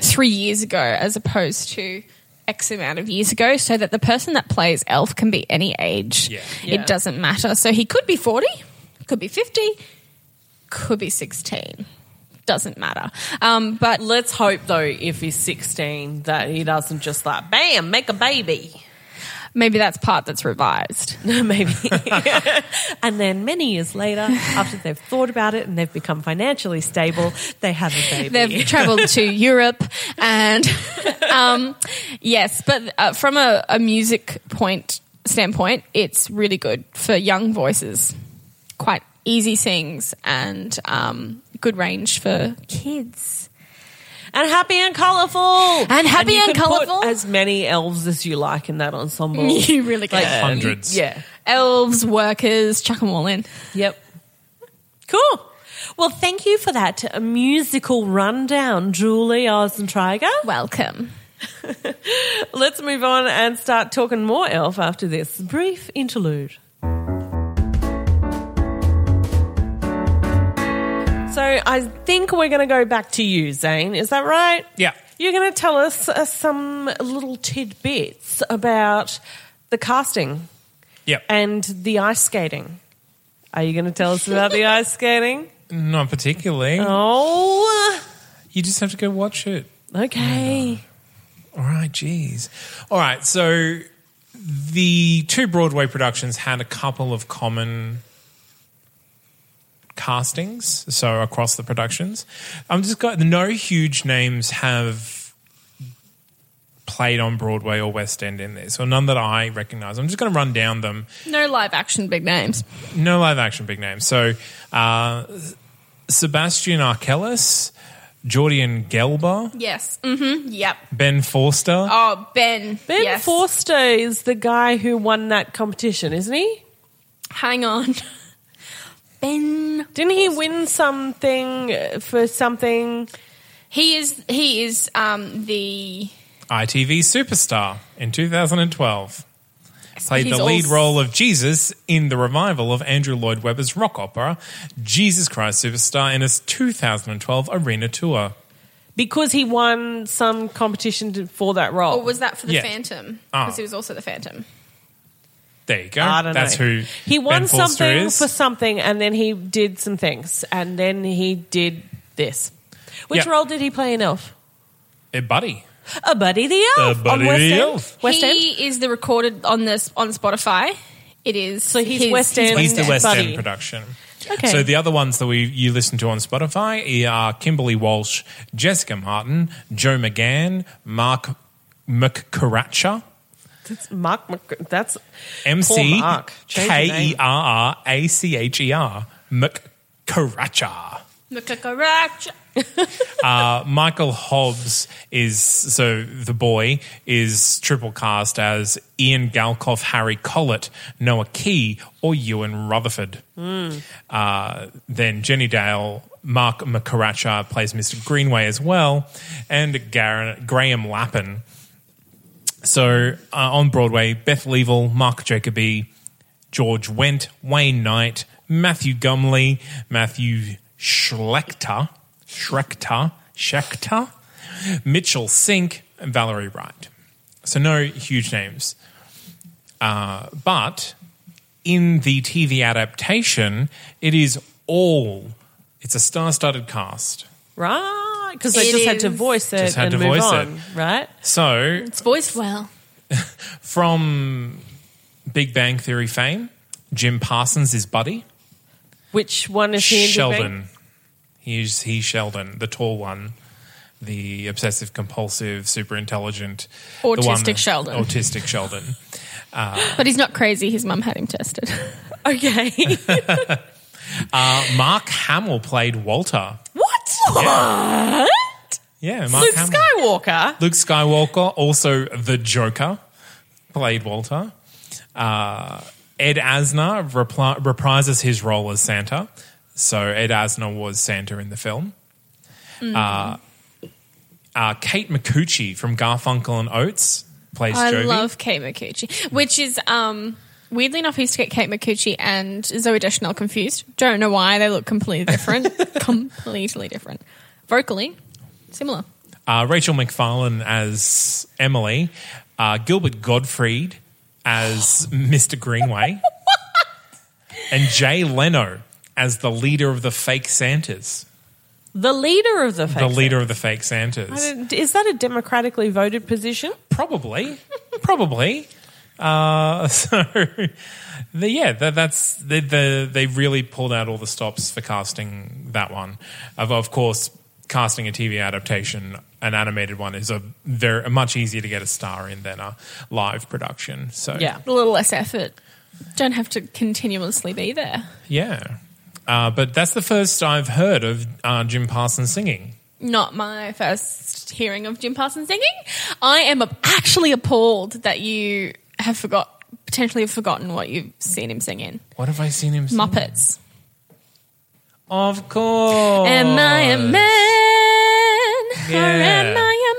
three years ago as opposed to X amount of years ago, so that the person that plays Elf can be any age. Yeah. Yeah. It doesn't matter. So he could be forty, could be fifty, could be sixteen. Doesn't matter. Um, but Let's hope though, if he's 16, that he doesn't just like bam make a baby. maybe that's part that's revised. Maybe. and then many years later, after they've thought about it and they've become financially stable, they have a baby. They've traveled to Europe and um, yes, but uh, from a, a music point standpoint, it's really good for young voices. Quite easy sings and um, good range for kids. and happy and colourful. And happy you and can put colourful. As many elves as you like in that ensemble. You really can. Hundreds. Oh. Yeah. Elves, workers, chuck them all in. Yep. Cool. Well, thank you for that uh, musical rundown, Julie Ozentriger. Welcome. Let's move on and start talking more elf after this brief interlude. So I think we're going to go back to you, Zane. Is that right? Yeah. You're going to tell us uh, some little tidbits about the casting Yep. and the ice skating. Are you going to tell us about the ice skating? Not particularly. Oh, You just have to go watch it. okay. All right, geez. All right, so the two Broadway productions had a couple of common castings, so across the productions. I'm just got no huge names have played on Broadway or West End in this, or none that I recognise. I'm just going to run down them. No live action big names. No live action big names. So uh, Sebastian Arkellis, Jordan Gelber, Yes. Mm-hmm. Yep. Ben Forster. Oh, Ben. Ben Yes. Forster is the guy who won that competition, isn't he? Hang on. Ben Didn't he win something uh, for something? He is he is um the ITV superstar in 2012. Played He's the lead als- role of Jesus in the revival of Andrew Lloyd Webber's rock opera, Jesus Christ Superstar, in its 2012 arena tour. Because he won some competition to- for that role. or was that for the Yeah. Phantom? Ah. Because he was also the Phantom. There you go. I don't That's know. who he won Ben Foster something is. for something, and then he did some things, and then he did this. Which Yeah. role did he play in Elf? Eh, Buddy. A buddy the elf. A buddy on West the End. elf. West he End. is the recorded on this on Spotify. It is. So he's West End. He's the West West Buddy. End production. Okay. So the other ones that we you listen to on Spotify eh, are Kimberly Walsh, Jessica Martin, Joe McGann, Mark McCaracha, That's Mark. Mc- that's M C Poor Mark. Change your K name. E R R A C H E R McCaracha. Correct. Uh, Michael Hobbs is so the boy is triple cast as Ian Galkoff, Harry Collett, Noah Key, or Ewan Rutherford. Uh, then Jenny Dale, Mark McCaracha plays Mr. Greenway as well, and Gar- Graham Lappin. So uh, on Broadway, Beth Leavell, Mark Jacoby, George Wendt, Wayne Knight, Matthew Gumley, Matthew Schlechter, Schrechter, Schechter, Mitchell Sink, and Valerie Wright. So no huge names. Uh, but in the TV adaptation, it is all, it's a star-studded cast. right because they It just had to is. voice it Just had and to move voice on, it. right? So It's voiced well. from Big Bang Theory fame, Jim Parsons is Buddy. Which one is he? in Big Bang? Sheldon. He's he's Sheldon, the tall one, the obsessive compulsive, super intelligent, the one Autistic that- Sheldon. Autistic Sheldon. But he's not crazy. His mum had him tested. Okay. Mark Hamill played Walter. what? What? Yeah, Mark Luke Hamill. Skywalker. Luke Skywalker, also the Joker, played Walter. Uh, Ed Asner repli- reprises his role as Santa. So Ed Asner was Santa in the film. Mm. Uh, uh, Kate McCucci from Garfunkel and Oates plays I Jovi. love Kate McCucci, which is um, weirdly enough, I used to get Kate McCucci and Zoe Deschanel confused. Don't know why they look completely different, completely different. Vocally, similar. uh, Rachel McFarlane as Emily. Uh, Gilbert Gottfried as Mr. Greenway. and Jay Leno as the leader of the fake Santas. The leader of the fake. the leader of the fake I Santas. don't- Is that a democratically voted position? Probably, probably. Uh, so, the, yeah, that, that's the, the they really pulled out all the stops for casting that one. Of of course, casting a TV adaptation, an animated one, is a very much easier to get a star in than a live production. So Yeah. A little less effort. Don't have to continuously be there. yeah. Uh, but that's the first I've heard of uh, Jim Parsons singing. Not my first hearing of Jim Parsons singing. I am actually appalled that you have forgot, potentially have forgotten what you've seen him sing in What have I seen him? Sing? Muppets. Of course. Am I a man or am Yeah. I a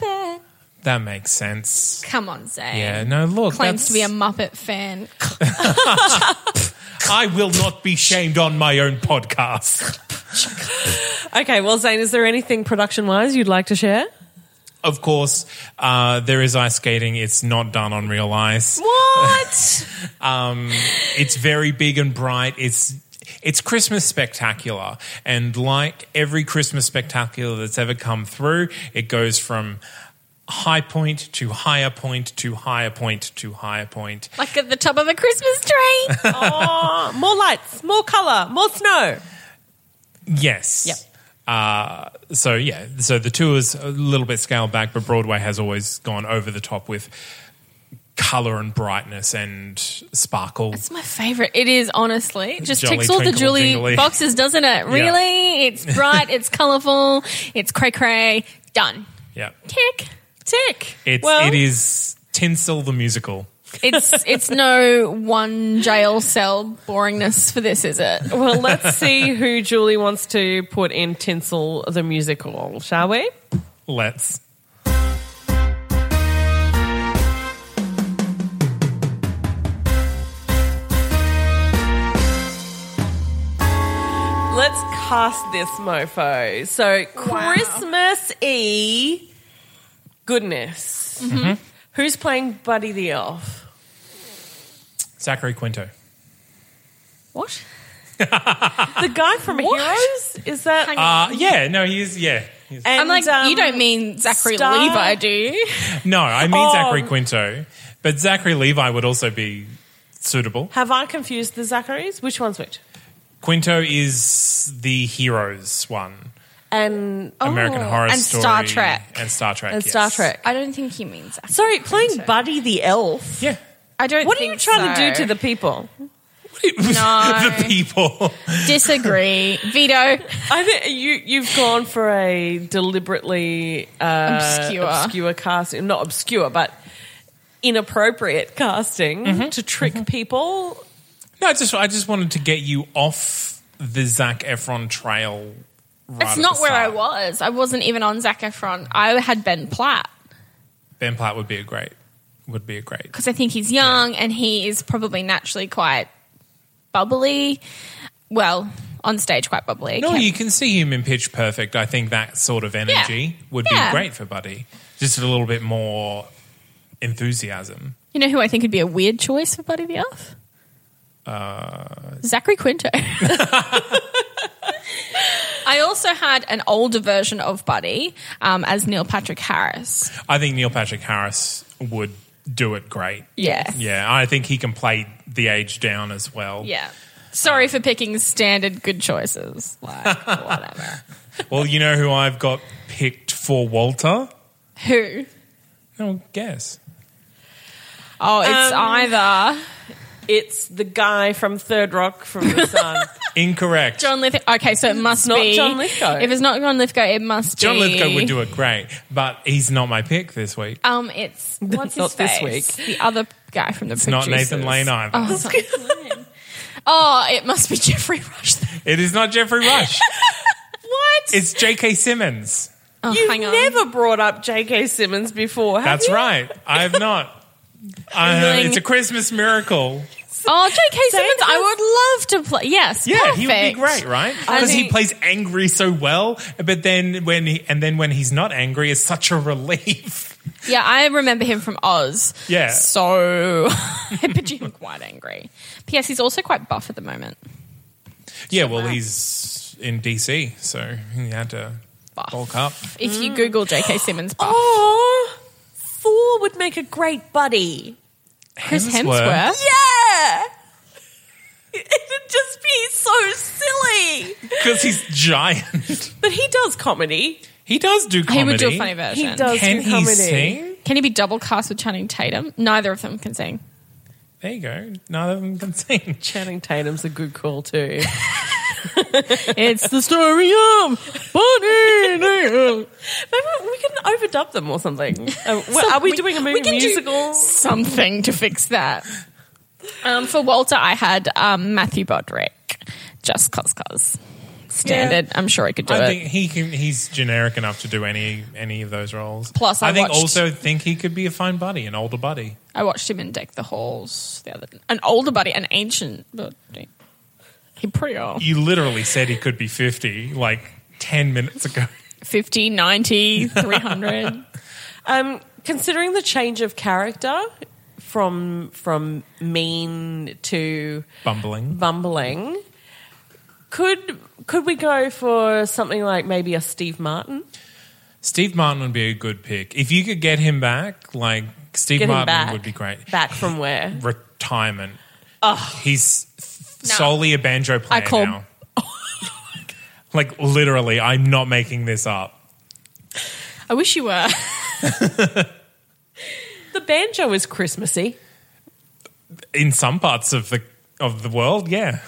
Muppet? That makes sense. Come on, Zay. Yeah, no, look. Claims to be a that's- Muppet fan. I will not be shamed on my own podcast. Okay, well, Zane, is there anything production wise you'd like to share? Of course, uh, there is ice skating. It's not done on real ice. What? Um, it's very big and bright. It's it's Christmas spectacular, and like every Christmas spectacular that's ever come through, it goes from high point to higher point to higher point to higher point. like at the top of a Christmas tree. oh, more lights, more colour, more snow. Yes. Yep. Uh, so yeah, so the tour's a little bit scaled back, but Broadway has always gone over the top with color and brightness and sparkle. It's my favorite. It is, honestly. It just Jolly ticks all the twinkle Julie jingly. boxes, doesn't it? Really? It's bright, it's colorful, it's cray cray. Done. Yeah, Tick. Tick. it's Well- it is Tinsel the musical. It's it's no one jail cell boringness for this, is it? Well, let's see who Julie wants to put in Tinsel the musical, shall we? Let's. Let's cast this mofo. So, Christmas E. Mm-hmm. Goodness. Who's playing Buddy the Elf? Zachary Quinto. What? The guy from What? Heroes is that? Hang Uh, yeah, no, he is. Yeah, he's, and, I'm like, um, you don't mean Zachary Star- Levi, do you? no, I mean Oh. Zachary Quinto, but Zachary Levi would also be suitable. Have I confused the Zacharys? Which one's which? Quinto is the heroes one, And American Horror and Story, Star Trek. and Star Trek, and yes. Star Trek. I don't think he means Zachary. Sorry, playing Buddy the Elf. Yeah, I don't. What are you trying to do to the people? No. the people. the disagree, Vito? I think you you've gone for a deliberately uh, Obscure. obscure casting, not obscure, but inappropriate casting to trick people. No, I just I just wanted to get you off the Zach Efron trail. Right That's at not the where I start. was. I wasn't even on Zac Efron. I had Ben Platt Ben Platt would be a great. Would be a great. because I think he's young and he is probably naturally quite bubbly. Well, on stage, quite bubbly. No, Can- you can see him in Pitch Perfect. I think that sort of energy would Yeah. be great for Buddy. Just a little bit more enthusiasm. You know who I think would be a weird choice for Buddy the Elf? Uh, Zachary Quinto. I also had an older version of Buddy um, as Neil Patrick Harris. I think Neil Patrick Harris would do it great. Yeah. Yeah, I think he can play the age down as well. Yeah. Sorry for picking standard good choices. Like, whatever. Well, you know who I've got picked for Walter? Who? No guess. Oh, it's Um, either It's the guy from Third Rock from the Sun. Incorrect. John Lithgow. Okay, so it must not be John Lithgow. If it's not John Lithgow, it must John be Lithgow would do it great, but he's not my pick this week. Um, it's what's Not his this face? The other guy from the It's not Nathan Lane either. Oh, it's not Nathan Lane. Oh, it must be Jeffrey Rush. Then. It is not Jeffrey Rush. What? it's J.K. Simmons. oh, You've hang on. never brought up J.K. Simmons before. Have That's you? right. I have not. I, uh, Feeling- it's a Christmas miracle. Oh, J.K. Simmons. I would love to play. Yes. Yeah, perfect. he would be great, right? I Because he think- plays angry so well, but then when he and then when he's not angry, it's such a relief. Yeah, I remember him from Oz. Yeah. So I picture him quite angry. P.S. He's also quite buff at the moment. yeah, well, he's in DC, so he had to Buff. bulk up. If Mm. you Google J.K. Simmons buff, Oh, Thor would make a great buddy. Chris Hemsworth. Yeah. It'd just be so silly. because he's giant. But he does comedy. he does do comedy. He would do a funny version. He does E. Can do he comedy. sing? Can he be double cast with Channing Tatum? Neither of them can sing. There you go. Neither of them can sing. Channing Tatum's a good call too. It's the story of Bonnie. Maybe we can overdub them or something. Uh, well, are we, doing a movie we can do musical? something to fix that. Um, for Walter, I had um, Matthew Broderick, just cause cause. Standard. I'm sure he could do I it. think he can. He's generic enough to do any any of those roles. Plus, I think watched- also think he could be a fine buddy, an older buddy. I watched him in Deck the Halls the other An older buddy, an ancient buddy. He pretty old. You literally said he could be fifty like ten minutes ago. 50, 90, 300. Um, considering the change of character from from mean to Bumbling. bumbling, could could we go for something like maybe a Steve Martin? Steve Martin would be a good pick if you could get him back. Like Steve Get him Martin back. would be great. Back from where? Retirement. He's solely a banjo player call- now. like literally, I'm not making this up. I wish you were. The banjo is Christmassy. In some parts of the of the world, yeah.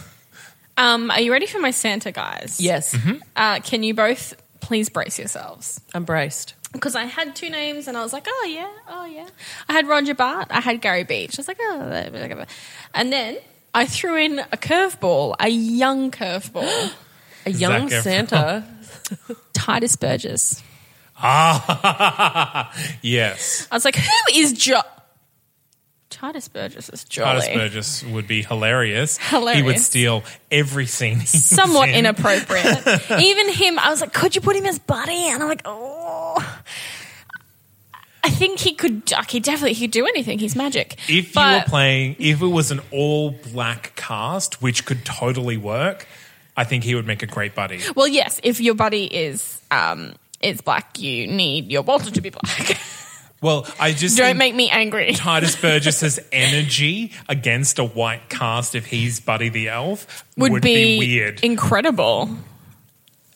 Um, are you ready for my Santa, guys? Yes, Uh, can you both please brace yourselves? embraced. because I had two names and I was like, oh yeah, oh yeah. I had Roger Bart, I had Gary Beach. I was like, oh, blah, blah, blah. and then I threw in a curveball, a young curveball, A young Zac Efron. Santa. Oh. Titus Burgess. Ah, yes. I was like, who is Jo? Titus Burgess is Titus jolly, Burgess would be hilarious. He would Hilarious. steal every scene. he was somewhat in. inappropriate. Even him, I was like, could you put him as Buddy? And I'm like, oh. I think he could. like, He definitely he could do anything. He's magic. If you were But- playing, if it was an all black cast, which could totally work, I think he would make a great buddy. Well, yes, if your buddy is um is black, you need your Walter to be black. Well, I just Don't think make me angry. Titus Burgess's energy against a white cast if he's Buddy the Elf Would, be, weird. incredible.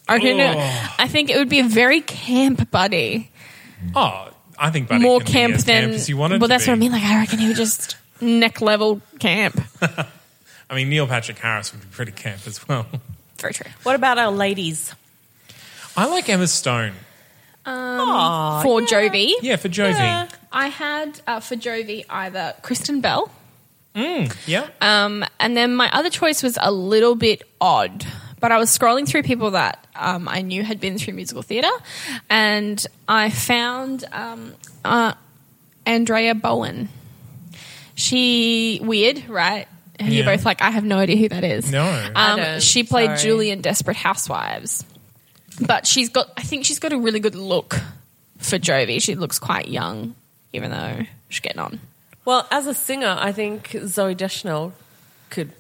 I don't know. Oh. I think it would be a very camp buddy. oh, I think Buddy More can camp be as than camp as you want it Well, to that's be. what I mean. Like I reckon he would just neck level camp. I mean, Neil Patrick Harris would be pretty camp as well. Very true. What about our ladies? I like Emma Stone. Aw, Um, for Jovi, Yeah, for Jovi. Yeah. I had uh, for Jovi either Kristen Bell, yeah. um, and then my other choice was a little bit odd. But I was scrolling through people that um, I knew had been through musical theatre, and I found um, uh, Andrea Bowen. She weird, right? And You're Yeah. both like, I have no idea who that is. No. I um, don't, she played sorry. Julie in Desperate Housewives, but she's got. I think she's got a really good look for Jovi. She looks quite young, even though she's getting on. Well, as a singer, I think Zoe Deschanel could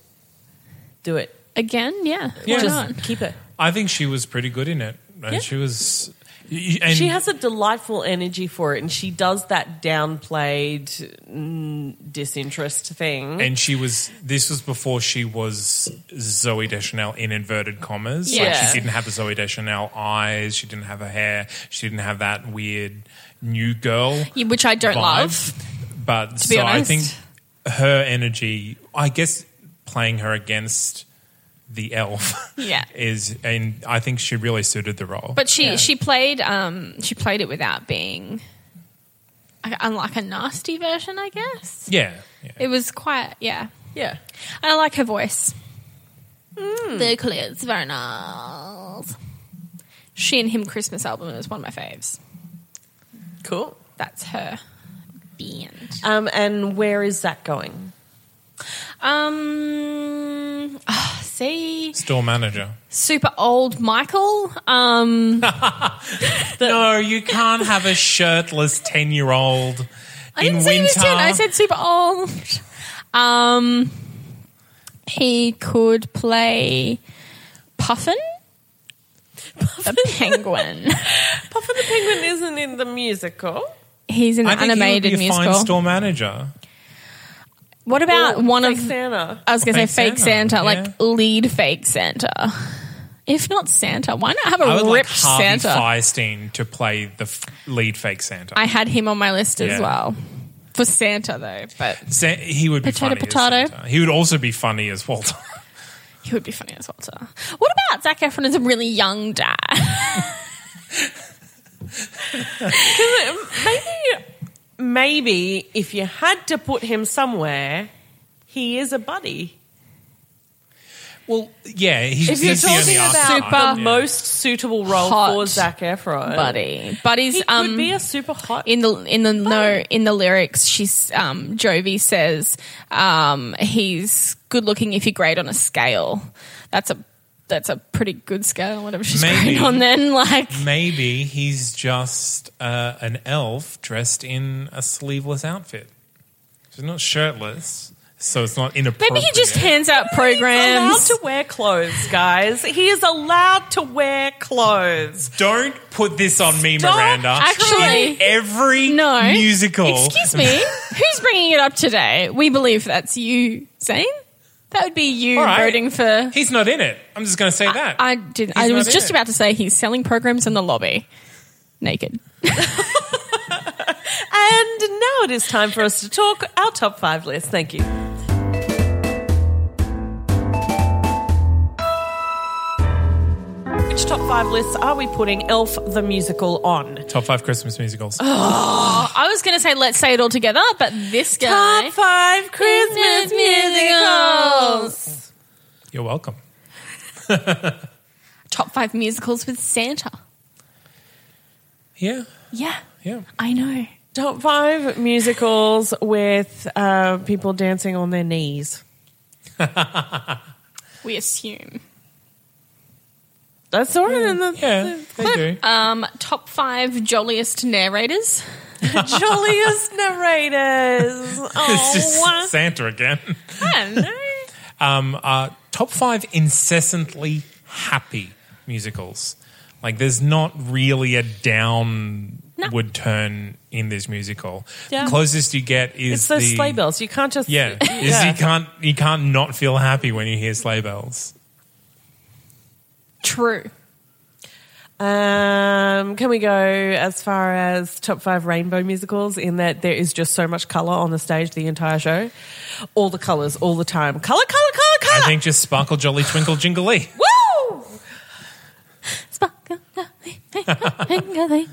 do it. Again, yeah. Yeah. Why Just- not? Keep it. I think she was pretty good in it. And Yeah. She was. y- And she has a delightful energy for it, and she does that downplayed mm, disinterest thing. and she was this was before she was Zoe Deschanel in inverted commas. Like Yeah. she didn't have the Zoe Deschanel eyes, she didn't have her hair, she didn't have that weird new girl. Yeah, Which I don't vibe. love. But be so I honest. think her energy I guess playing her against the elf Yeah. is and I think she really suited the role. But she she played um she played it without being like, unlike a nasty version, I guess. yeah. yeah. It was quite yeah. yeah. And I like her voice. The clear, it's very nice. She and him Christmas album is one of my faves. Cool. That's her band. Um, and where is that going? Um, ah, see, Store manager. super old Michael. Um, no, you can't have a shirtless ten year old I in winter. didn't say he was ten. I said super old. Um, he could play Puffin, the penguin. Puffin the Penguin isn't in the musical. He's an I think animated he would be a musical. fine store manager. What about Or one Fake of? Santa. I was going to Fake say fake Santa, Santa, like yeah. lead fake Santa. If not Santa, why not have a I would like ripped Harvey Santa? Fierstein to play the f- lead fake Santa. I had him on my list as Yeah. well for Santa though, but Sa- he would be Potato, funny potato. as Santa. He would also be funny as Walter. he would be funny as Walter. What about Zac Efron as a really young dad? Maybe, maybe if you had to put him somewhere, he is a buddy. well, yeah, he's If you're he's the only talking about archetype, super- yeah. Most suitable role Hot for Zac Efron. Buddy, Buddy's He could um be a super hot. in the in the no in the lyrics she's um Jovi says um he's good looking if you're great on a scale. That's a that's a pretty good scale, whatever she's Maybe. great on then. Like Maybe he's just uh, an elf dressed in a sleeveless outfit. He's not shirtless, so it's not inappropriate. Maybe he just hands out He's allowed programs. to wear clothes, guys. He is allowed to wear clothes. Don't put this on me, Miranda. Actually, in every No musical. Excuse me, who's bringing it up today? We believe that's you, Zane. That would be you All right. voting for. He's not in it. I'm just going to say that. I didn't. He's I was not just in it. about to say he's selling programs in the lobby, naked. And now it is time for us to talk our top five list. Thank you. Which top five lists are we putting Elf the Musical on? Top five Christmas musicals. Oh. I was going to say let's say it all together, but this guy. Top five Christmas musicals. You're welcome. Top five musicals with Santa. Yeah, Yeah, yeah. I know. Top five musicals with uh, people dancing on their knees. We assume. That's sort of in the Yeah, they do. Um, top five jolliest narrators. Jolliest narrators. Oh, It's just wow. Santa again. I don't know. Um, uh, top five incessantly happy musicals. Like, there's not really a downward turn in this musical. Yeah. The closest you get is it's those the sleigh bells. You can't just Yeah, is Yeah. you can't you can't not feel happy when you hear sleigh bells. True. Um, can we go as far as top five rainbow musicals in that there is just so much color on the stage the entire show? All the colors, all the time. Color, color, color, color. I think just sparkle, jolly, twinkle, jingly. Woo! Sparkle, lovely, twinkly.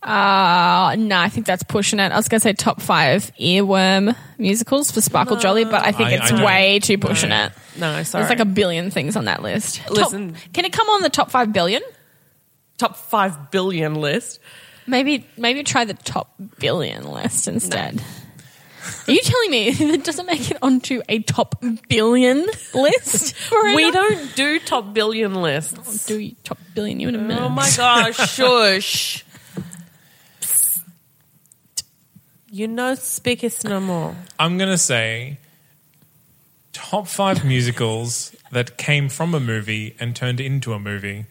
Uh, no, I think that's pushing it. I was going to say top five earworm musicals for Sparkle Jolly, but I think I- it's I don't- way too pushing it. No, sorry. There's like a billion things on that list. Top- Listen. can it come on the top five billion? top five billion list. Maybe maybe try the top billion list instead. Are you telling me it doesn't make it onto a top billion list? We don't do top billion lists. do you- top billion you in a minute. Oh my gosh, shush. Psst. You know, speakers no more. I'm gonna say top five musicals that came from a movie and turned into a movie.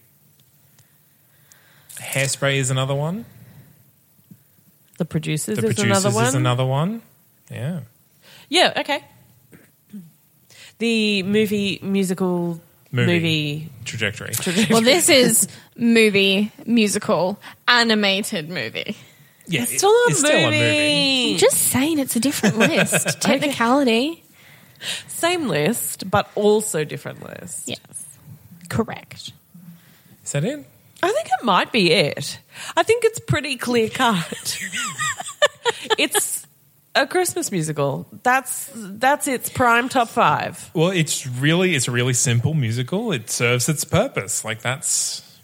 Hairspray is another one. The producers The is producers another one. is another one. Yeah. Yeah, okay. The movie musical Movie. movie. Trajectory. Well, this is movie, musical, animated movie. yeah, It's still a, it's movie. still a movie. Just saying it's a different list. Technicality. Same list, but also different list. Yes. Correct. Is that it? I think it might be it. I think it's pretty clear cut. it's a Christmas musical. That's that's its prime top five. Well, it's really it's a really simple musical. It serves its purpose. Like that's.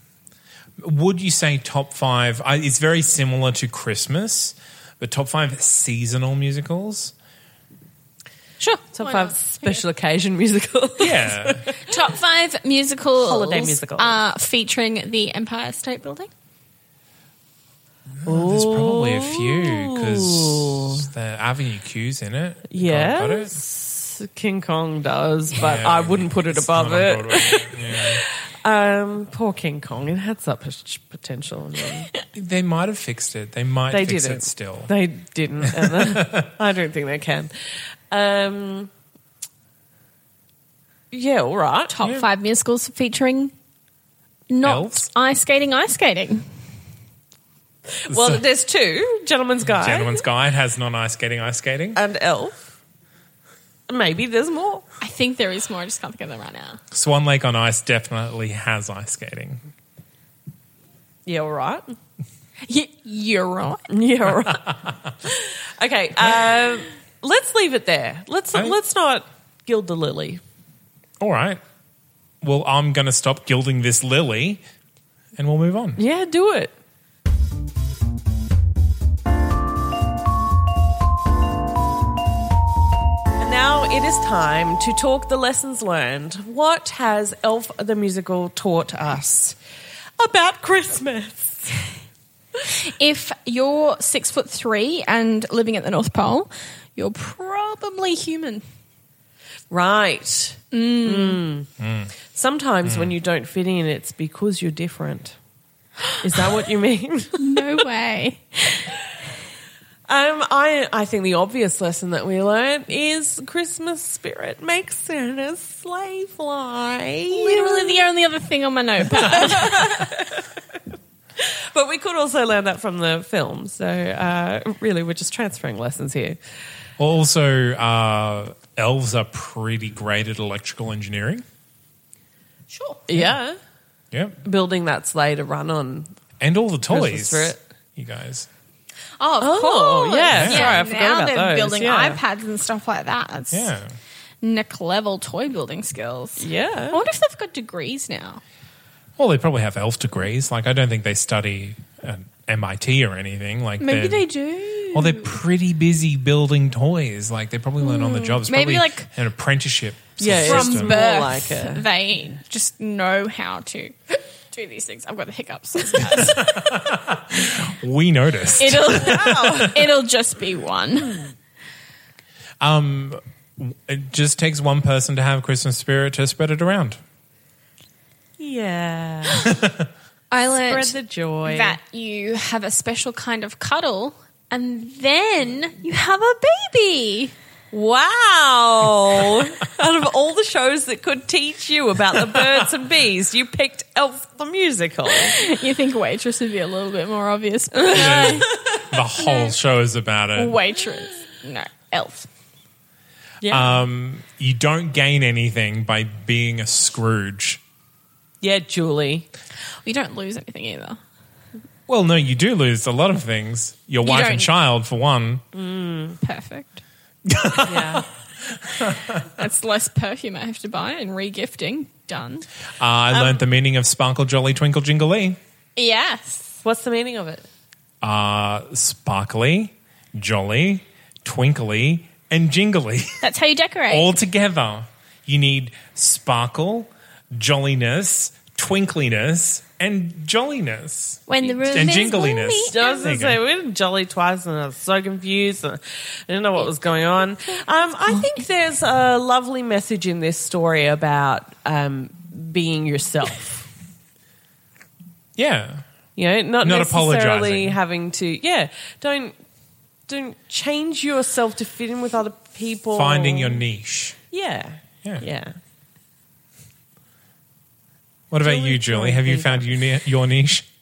Would you say top five? I, it's very similar to Christmas, but top five seasonal musicals. Sure. Top Why five not? special occasion musical. Yeah, Top five musicals. Holiday musicals. Uh, featuring the Empire State Building. Oh, there's probably a few because the Avenue Q's in it. You can't put it. Yes. King Kong does, but Yeah, I wouldn't put it it's above not on it. Broadway. Yeah. Um, poor King Kong. It had such potential. And then They might have fixed it. They might they fix didn't. it still. They didn't. And uh, I don't think they can. Um, yeah, all right. Top Oh, five musicals featuring not Elves? ice skating, ice skating. Well, there's two Gentleman's Guide Gentleman's Guide has non ice skating, ice skating. and Elf. Maybe there's more. I think there is more. I just can't think of them right now. Swan Lake on Ice definitely has ice skating. Yeah, all right. Y- You're right. Yeah, all right. okay, um, let's leave it there. Let's I- let's not gild the lily. All right. Well, I'm going to stop gilding this lily and we'll move on. Yeah, do it. And Now it is time to talk the lessons learned. What has Elf the Musical taught us about Christmas? If you're six foot three and living at the North Pole, you're probably human. Right. Mm. Sometimes when you don't fit in, it's because you're different. Is that what you mean? No way. Um, I I think the obvious lesson that we learn is Christmas spirit makes Santa's sleigh fly. Literally the only other thing on my notepad. but we could also learn that from the film. So uh, really, we're just transferring lessons here. Also, uh, elves are pretty great at electrical engineering. sure. Yeah, Yep. building that sleigh to run on. And all the Christmas toys. spirit. You guys. Oh, of Oh, course. yeah. Sorry, I forgot now about they're those. building Yeah. iPads and stuff like that. It's Yeah. neck level toy building skills. Yeah. I wonder if they've got degrees now. Well, they probably have elf degrees. Like, I don't think they study at MIT or anything. Like, Maybe they're- they do. Well, they're pretty busy building toys. Like, they probably learn on the job. It's Hmm. Maybe, probably like, an apprenticeship. Yeah, sort it's of From system. more birth, like a- they just know how to do these things. I've got the hiccups. guys. We noticed. it'll it'll just be one. it just takes one person to have Christmas spirit to spread it around. Yeah. I Spread learned the joy. that you have a special kind of cuddle, and then you have a baby. Wow. Out of all the shows that could teach you about the birds and bees, you picked Elf the Musical. You think waitress would be a little bit more obvious? The whole show is about it. waitress, no elf. Yeah. You don't gain anything by being a Scrooge. yeah, Julie. You don't lose anything either. Well, no, you do lose a lot of things. Your wife don't- and child, for one. Perfect. Yeah. That's less perfume I have to buy and regifting. Done. Uh, I learned the meaning of sparkle, jolly, twinkle, jingly. Yes. What's the meaning of it? Uh, sparkly, jolly, twinkly, and jingly. That's how you decorate. all together. You need sparkle, jolliness, twinkliness, and jolliness. when the room and is jingliness. gloomy. I was going There to you go. say, we didn't jolly twice and I was so confused. And I didn't know what was going on. Um, I think there's a lovely message in this story about um, being yourself. Yeah. You know, not, Not necessarily apologising. having to. Yeah, don't don't change yourself to fit in with other people. Finding your niche. yeah, Yeah. Oh. yeah. What about Jolly, you, jolly Julie? Have you people. found you ne- your niche?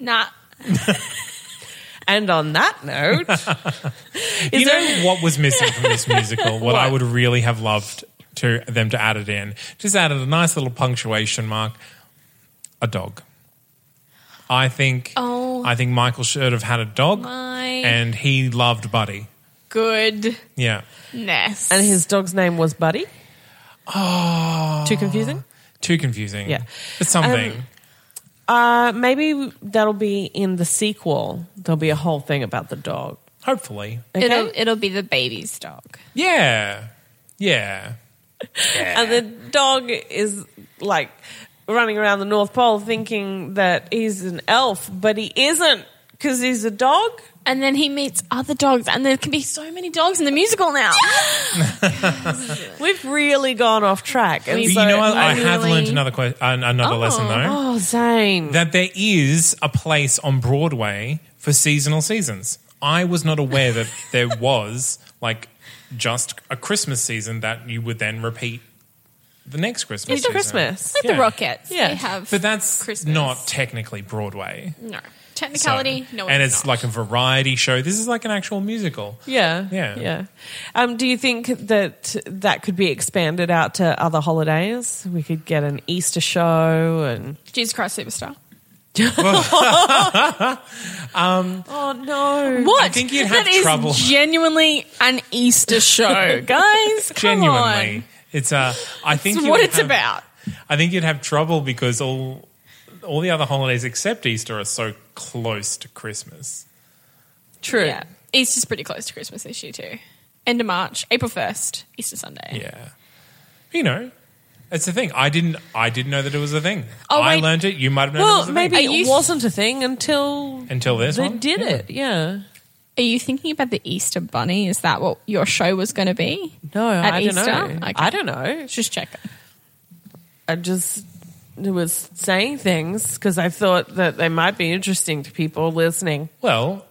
Nah. And on that note, is you there? know what was missing from this musical? What, I What? would really have loved to them to add it in. Just added a nice little punctuation mark. A dog. I think. Oh. I think Michael should have had a dog, My- and he loved Buddy. Goodness. Yeah. And his dog's name was Buddy. Ah. Oh, too confusing. Too confusing. Yeah. Um, But something. Uh, maybe that'll be in the sequel. There'll be a whole thing about the dog. Hopefully. Okay? It'll it'll be the baby's dog. Yeah. Yeah. and the dog is like running around the North Pole thinking that he's an elf, but he isn't because he's a dog. And then he meets other dogs, and there can be so many dogs in the musical now. We've really gone off track. And We've- But so, you know what? I have really- learned another que- an- another lesson though oh, Zane. that there is a place on Broadway for seasonal seasons. I was not aware that there was like just a Christmas season that you would then repeat the next Christmas. It's season. Christmas. Like Yeah. the Rockets. Yeah. They have But that's Christmas. not technically Broadway. no So- technicality. no, and it's, it's like a variety show. This is like an actual musical. Yeah, Yeah. yeah. Um, do you think that that could be expanded out to other holidays? We could get an Easter show and Jesus Christ Superstar. oh no, What? I think you'd have That is trouble. genuinely an Easter show, guys. Come Genuinely, on. it's a. I think It's you what would it's have- about. I think you'd have trouble because all all the other holidays except Easter are so close to Christmas. true. Yeah. Easter's pretty close to Christmas this year too. End of March, April first, Easter Sunday. Yeah, you know, it's the thing. I didn't. I didn't know that it was a thing. Oh, I wait. learned it. You might have known it Well, was a maybe thing Are it you- wasn't a thing until until this they one. did Yeah. it. Yeah, Are you thinking about the Easter bunny? Is that what your show was going to be? no, At I Easter? don't know. Okay. I don't know. Just check. I just was saying things because I thought that they might be interesting to people listening. Well,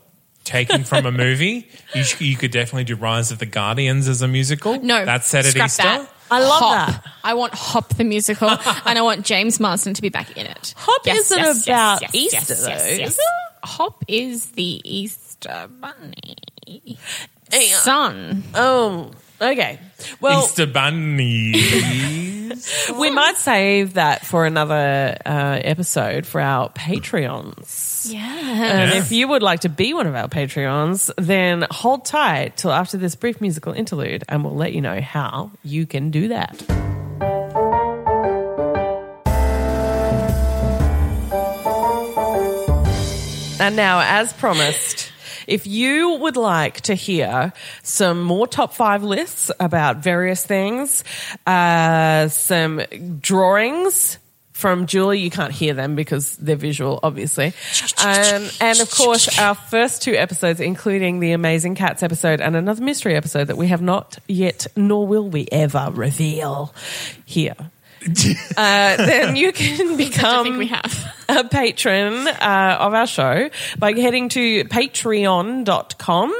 taken from a movie, you, sh- you could definitely do Rise of the Guardians as a musical. No, that's set at scrap Easter. that. I love Hop. that. I want Hop the musical, and I want James Marsden to be back in it. Hop isn't about Easter, though, is it? Hop is the Easter bunny. Son, Oh, okay. Well, Um, Easter bunnies. we might save that for another uh, episode for our Patreons. yeah. And Yeah. if you would like to be one of our Patreons, then hold tight till after this brief musical interlude and we'll let you know how you can do that. And now, as promised, if you would like to hear some more top five lists about various things, uh, some drawings from Julie. You can't hear them because they're visual, obviously. Um, and of course, our first two episodes, including the Amazing Cats episode and another mystery episode that we have not yet, nor will we ever reveal here. uh, then you can become think we have. a patron uh, of our show by heading to patreon.com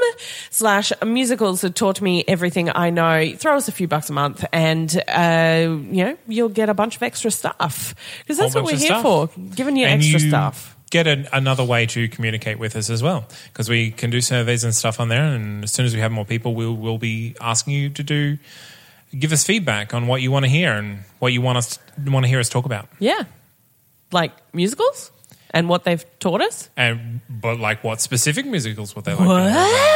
slash musicals that taught me everything I know. Throw us a few bucks a month and, uh, you know, you'll get a bunch of extra stuff because that's Whole what bunch we're of here stuff. for, giving you And extra you stuff. Get an, another way to communicate with us as well, because we can do surveys and stuff on there. And as soon as we have more people, we'll we'll be asking you to do give us feedback on what you want to hear and what you want us want to hear us talk about, Yeah. Like musicals and what they've taught us. and but like what specific musicals what they like. Wow.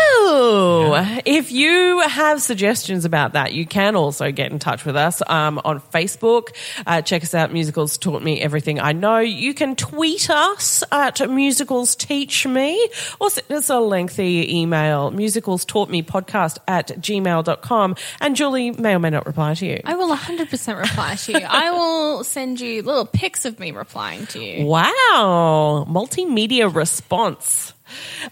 If you have suggestions about that, you can also get in touch with us um, on Facebook. Uh, check us out, Musicals Taught Me Everything I Know. You can tweet us at Musicals Teach Me or send us a lengthy email, musicals taught me podcast at gmail.com. And Julie may or may not reply to you. I will 100% reply to you. I will send you little pics of me replying to you. Wow, multimedia response.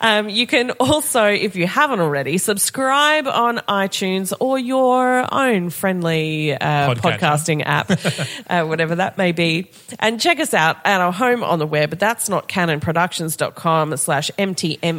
Um, you can also, if you haven't already, subscribe on iTunes or your own friendly uh, podcasting Podcatcher. app, uh, whatever that may be. And check us out at our home on the web. That's not canonproductions.com slash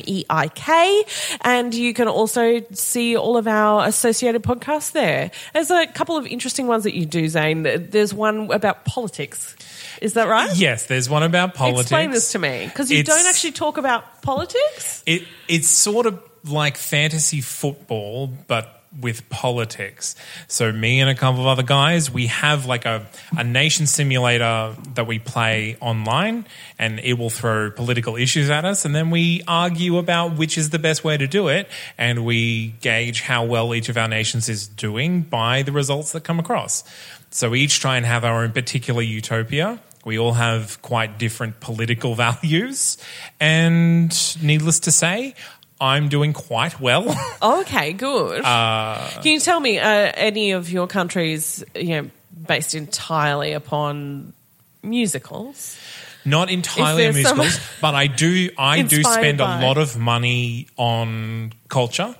MTMEIK. E And you can also see all of our associated podcasts there. There's a couple of interesting ones that you do, Zane. There's one about politics. Is that right? Yes, there's one about politics. Explain this to me because you It's- don't actually talk about politics. It it's sort of like fantasy football, but with politics. So me and a couple of other guys, we have like a, a nation simulator that we play online and it will throw political issues at us and then we argue about which is the best way to do it and we gauge how well each of our nations is doing by the results that come across. So we each try and have our own particular utopia. We all have quite different political values. And needless to say, I'm doing quite well. Okay, good. Can you tell me uh, any of your countries, you know, based entirely upon musicals? Not entirely on Is there some- musicals, but I do I do Inspired spend by- a lot of money on culture.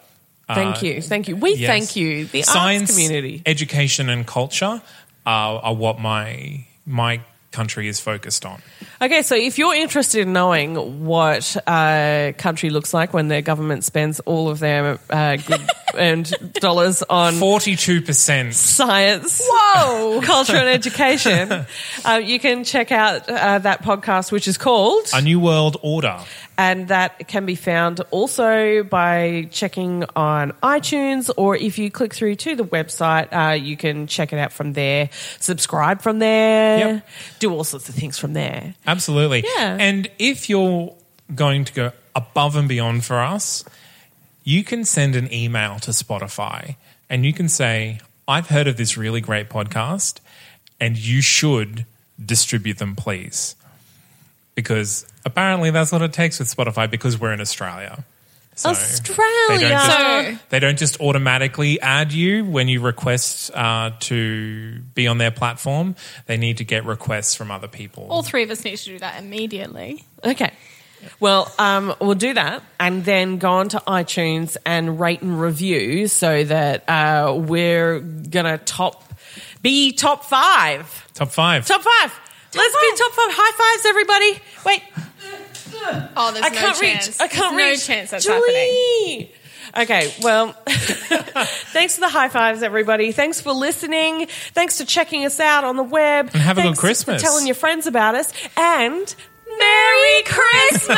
Thank you, thank you. We Yes. thank you, the arts community. education, and culture are, are what my my country is focused on. Okay, so if you're interested in knowing what a country looks like when their government spends all of their uh, good earned dollars on Forty two percent. science, whoa, culture and education, uh, you can check out uh, that podcast, which is called A new world order. and that can be found also by checking on iTunes or if you click through to the website, uh, you can check it out from there, subscribe from there, Yep. do all sorts of things from there. Absolutely. Yeah. And if you're going to go above and beyond for us, you can send an email to Spotify and you can say, I've heard of this really great podcast and you should distribute them, please. Because apparently that's what it takes with Spotify because we're in Australia. So They Australia. don't, just, So- they don't just automatically add you when you request uh, to be on their platform. They need to get requests from other people. All three of us need to do that immediately. Okay. Well, um, we'll do that and then go on to iTunes and rate and review so that uh, we're going to top be top five. Top five. Top five. Let's be top five. High fives, everybody. Wait, Oh, there's I can't no reach. chance. I can't There's reach. No chance that's Julie! happening. Okay, well, thanks for the high fives, everybody. Thanks for listening. Thanks for checking us out on the web. And have a good Thanks Christmas. For telling your friends about us. And Merry Christmas!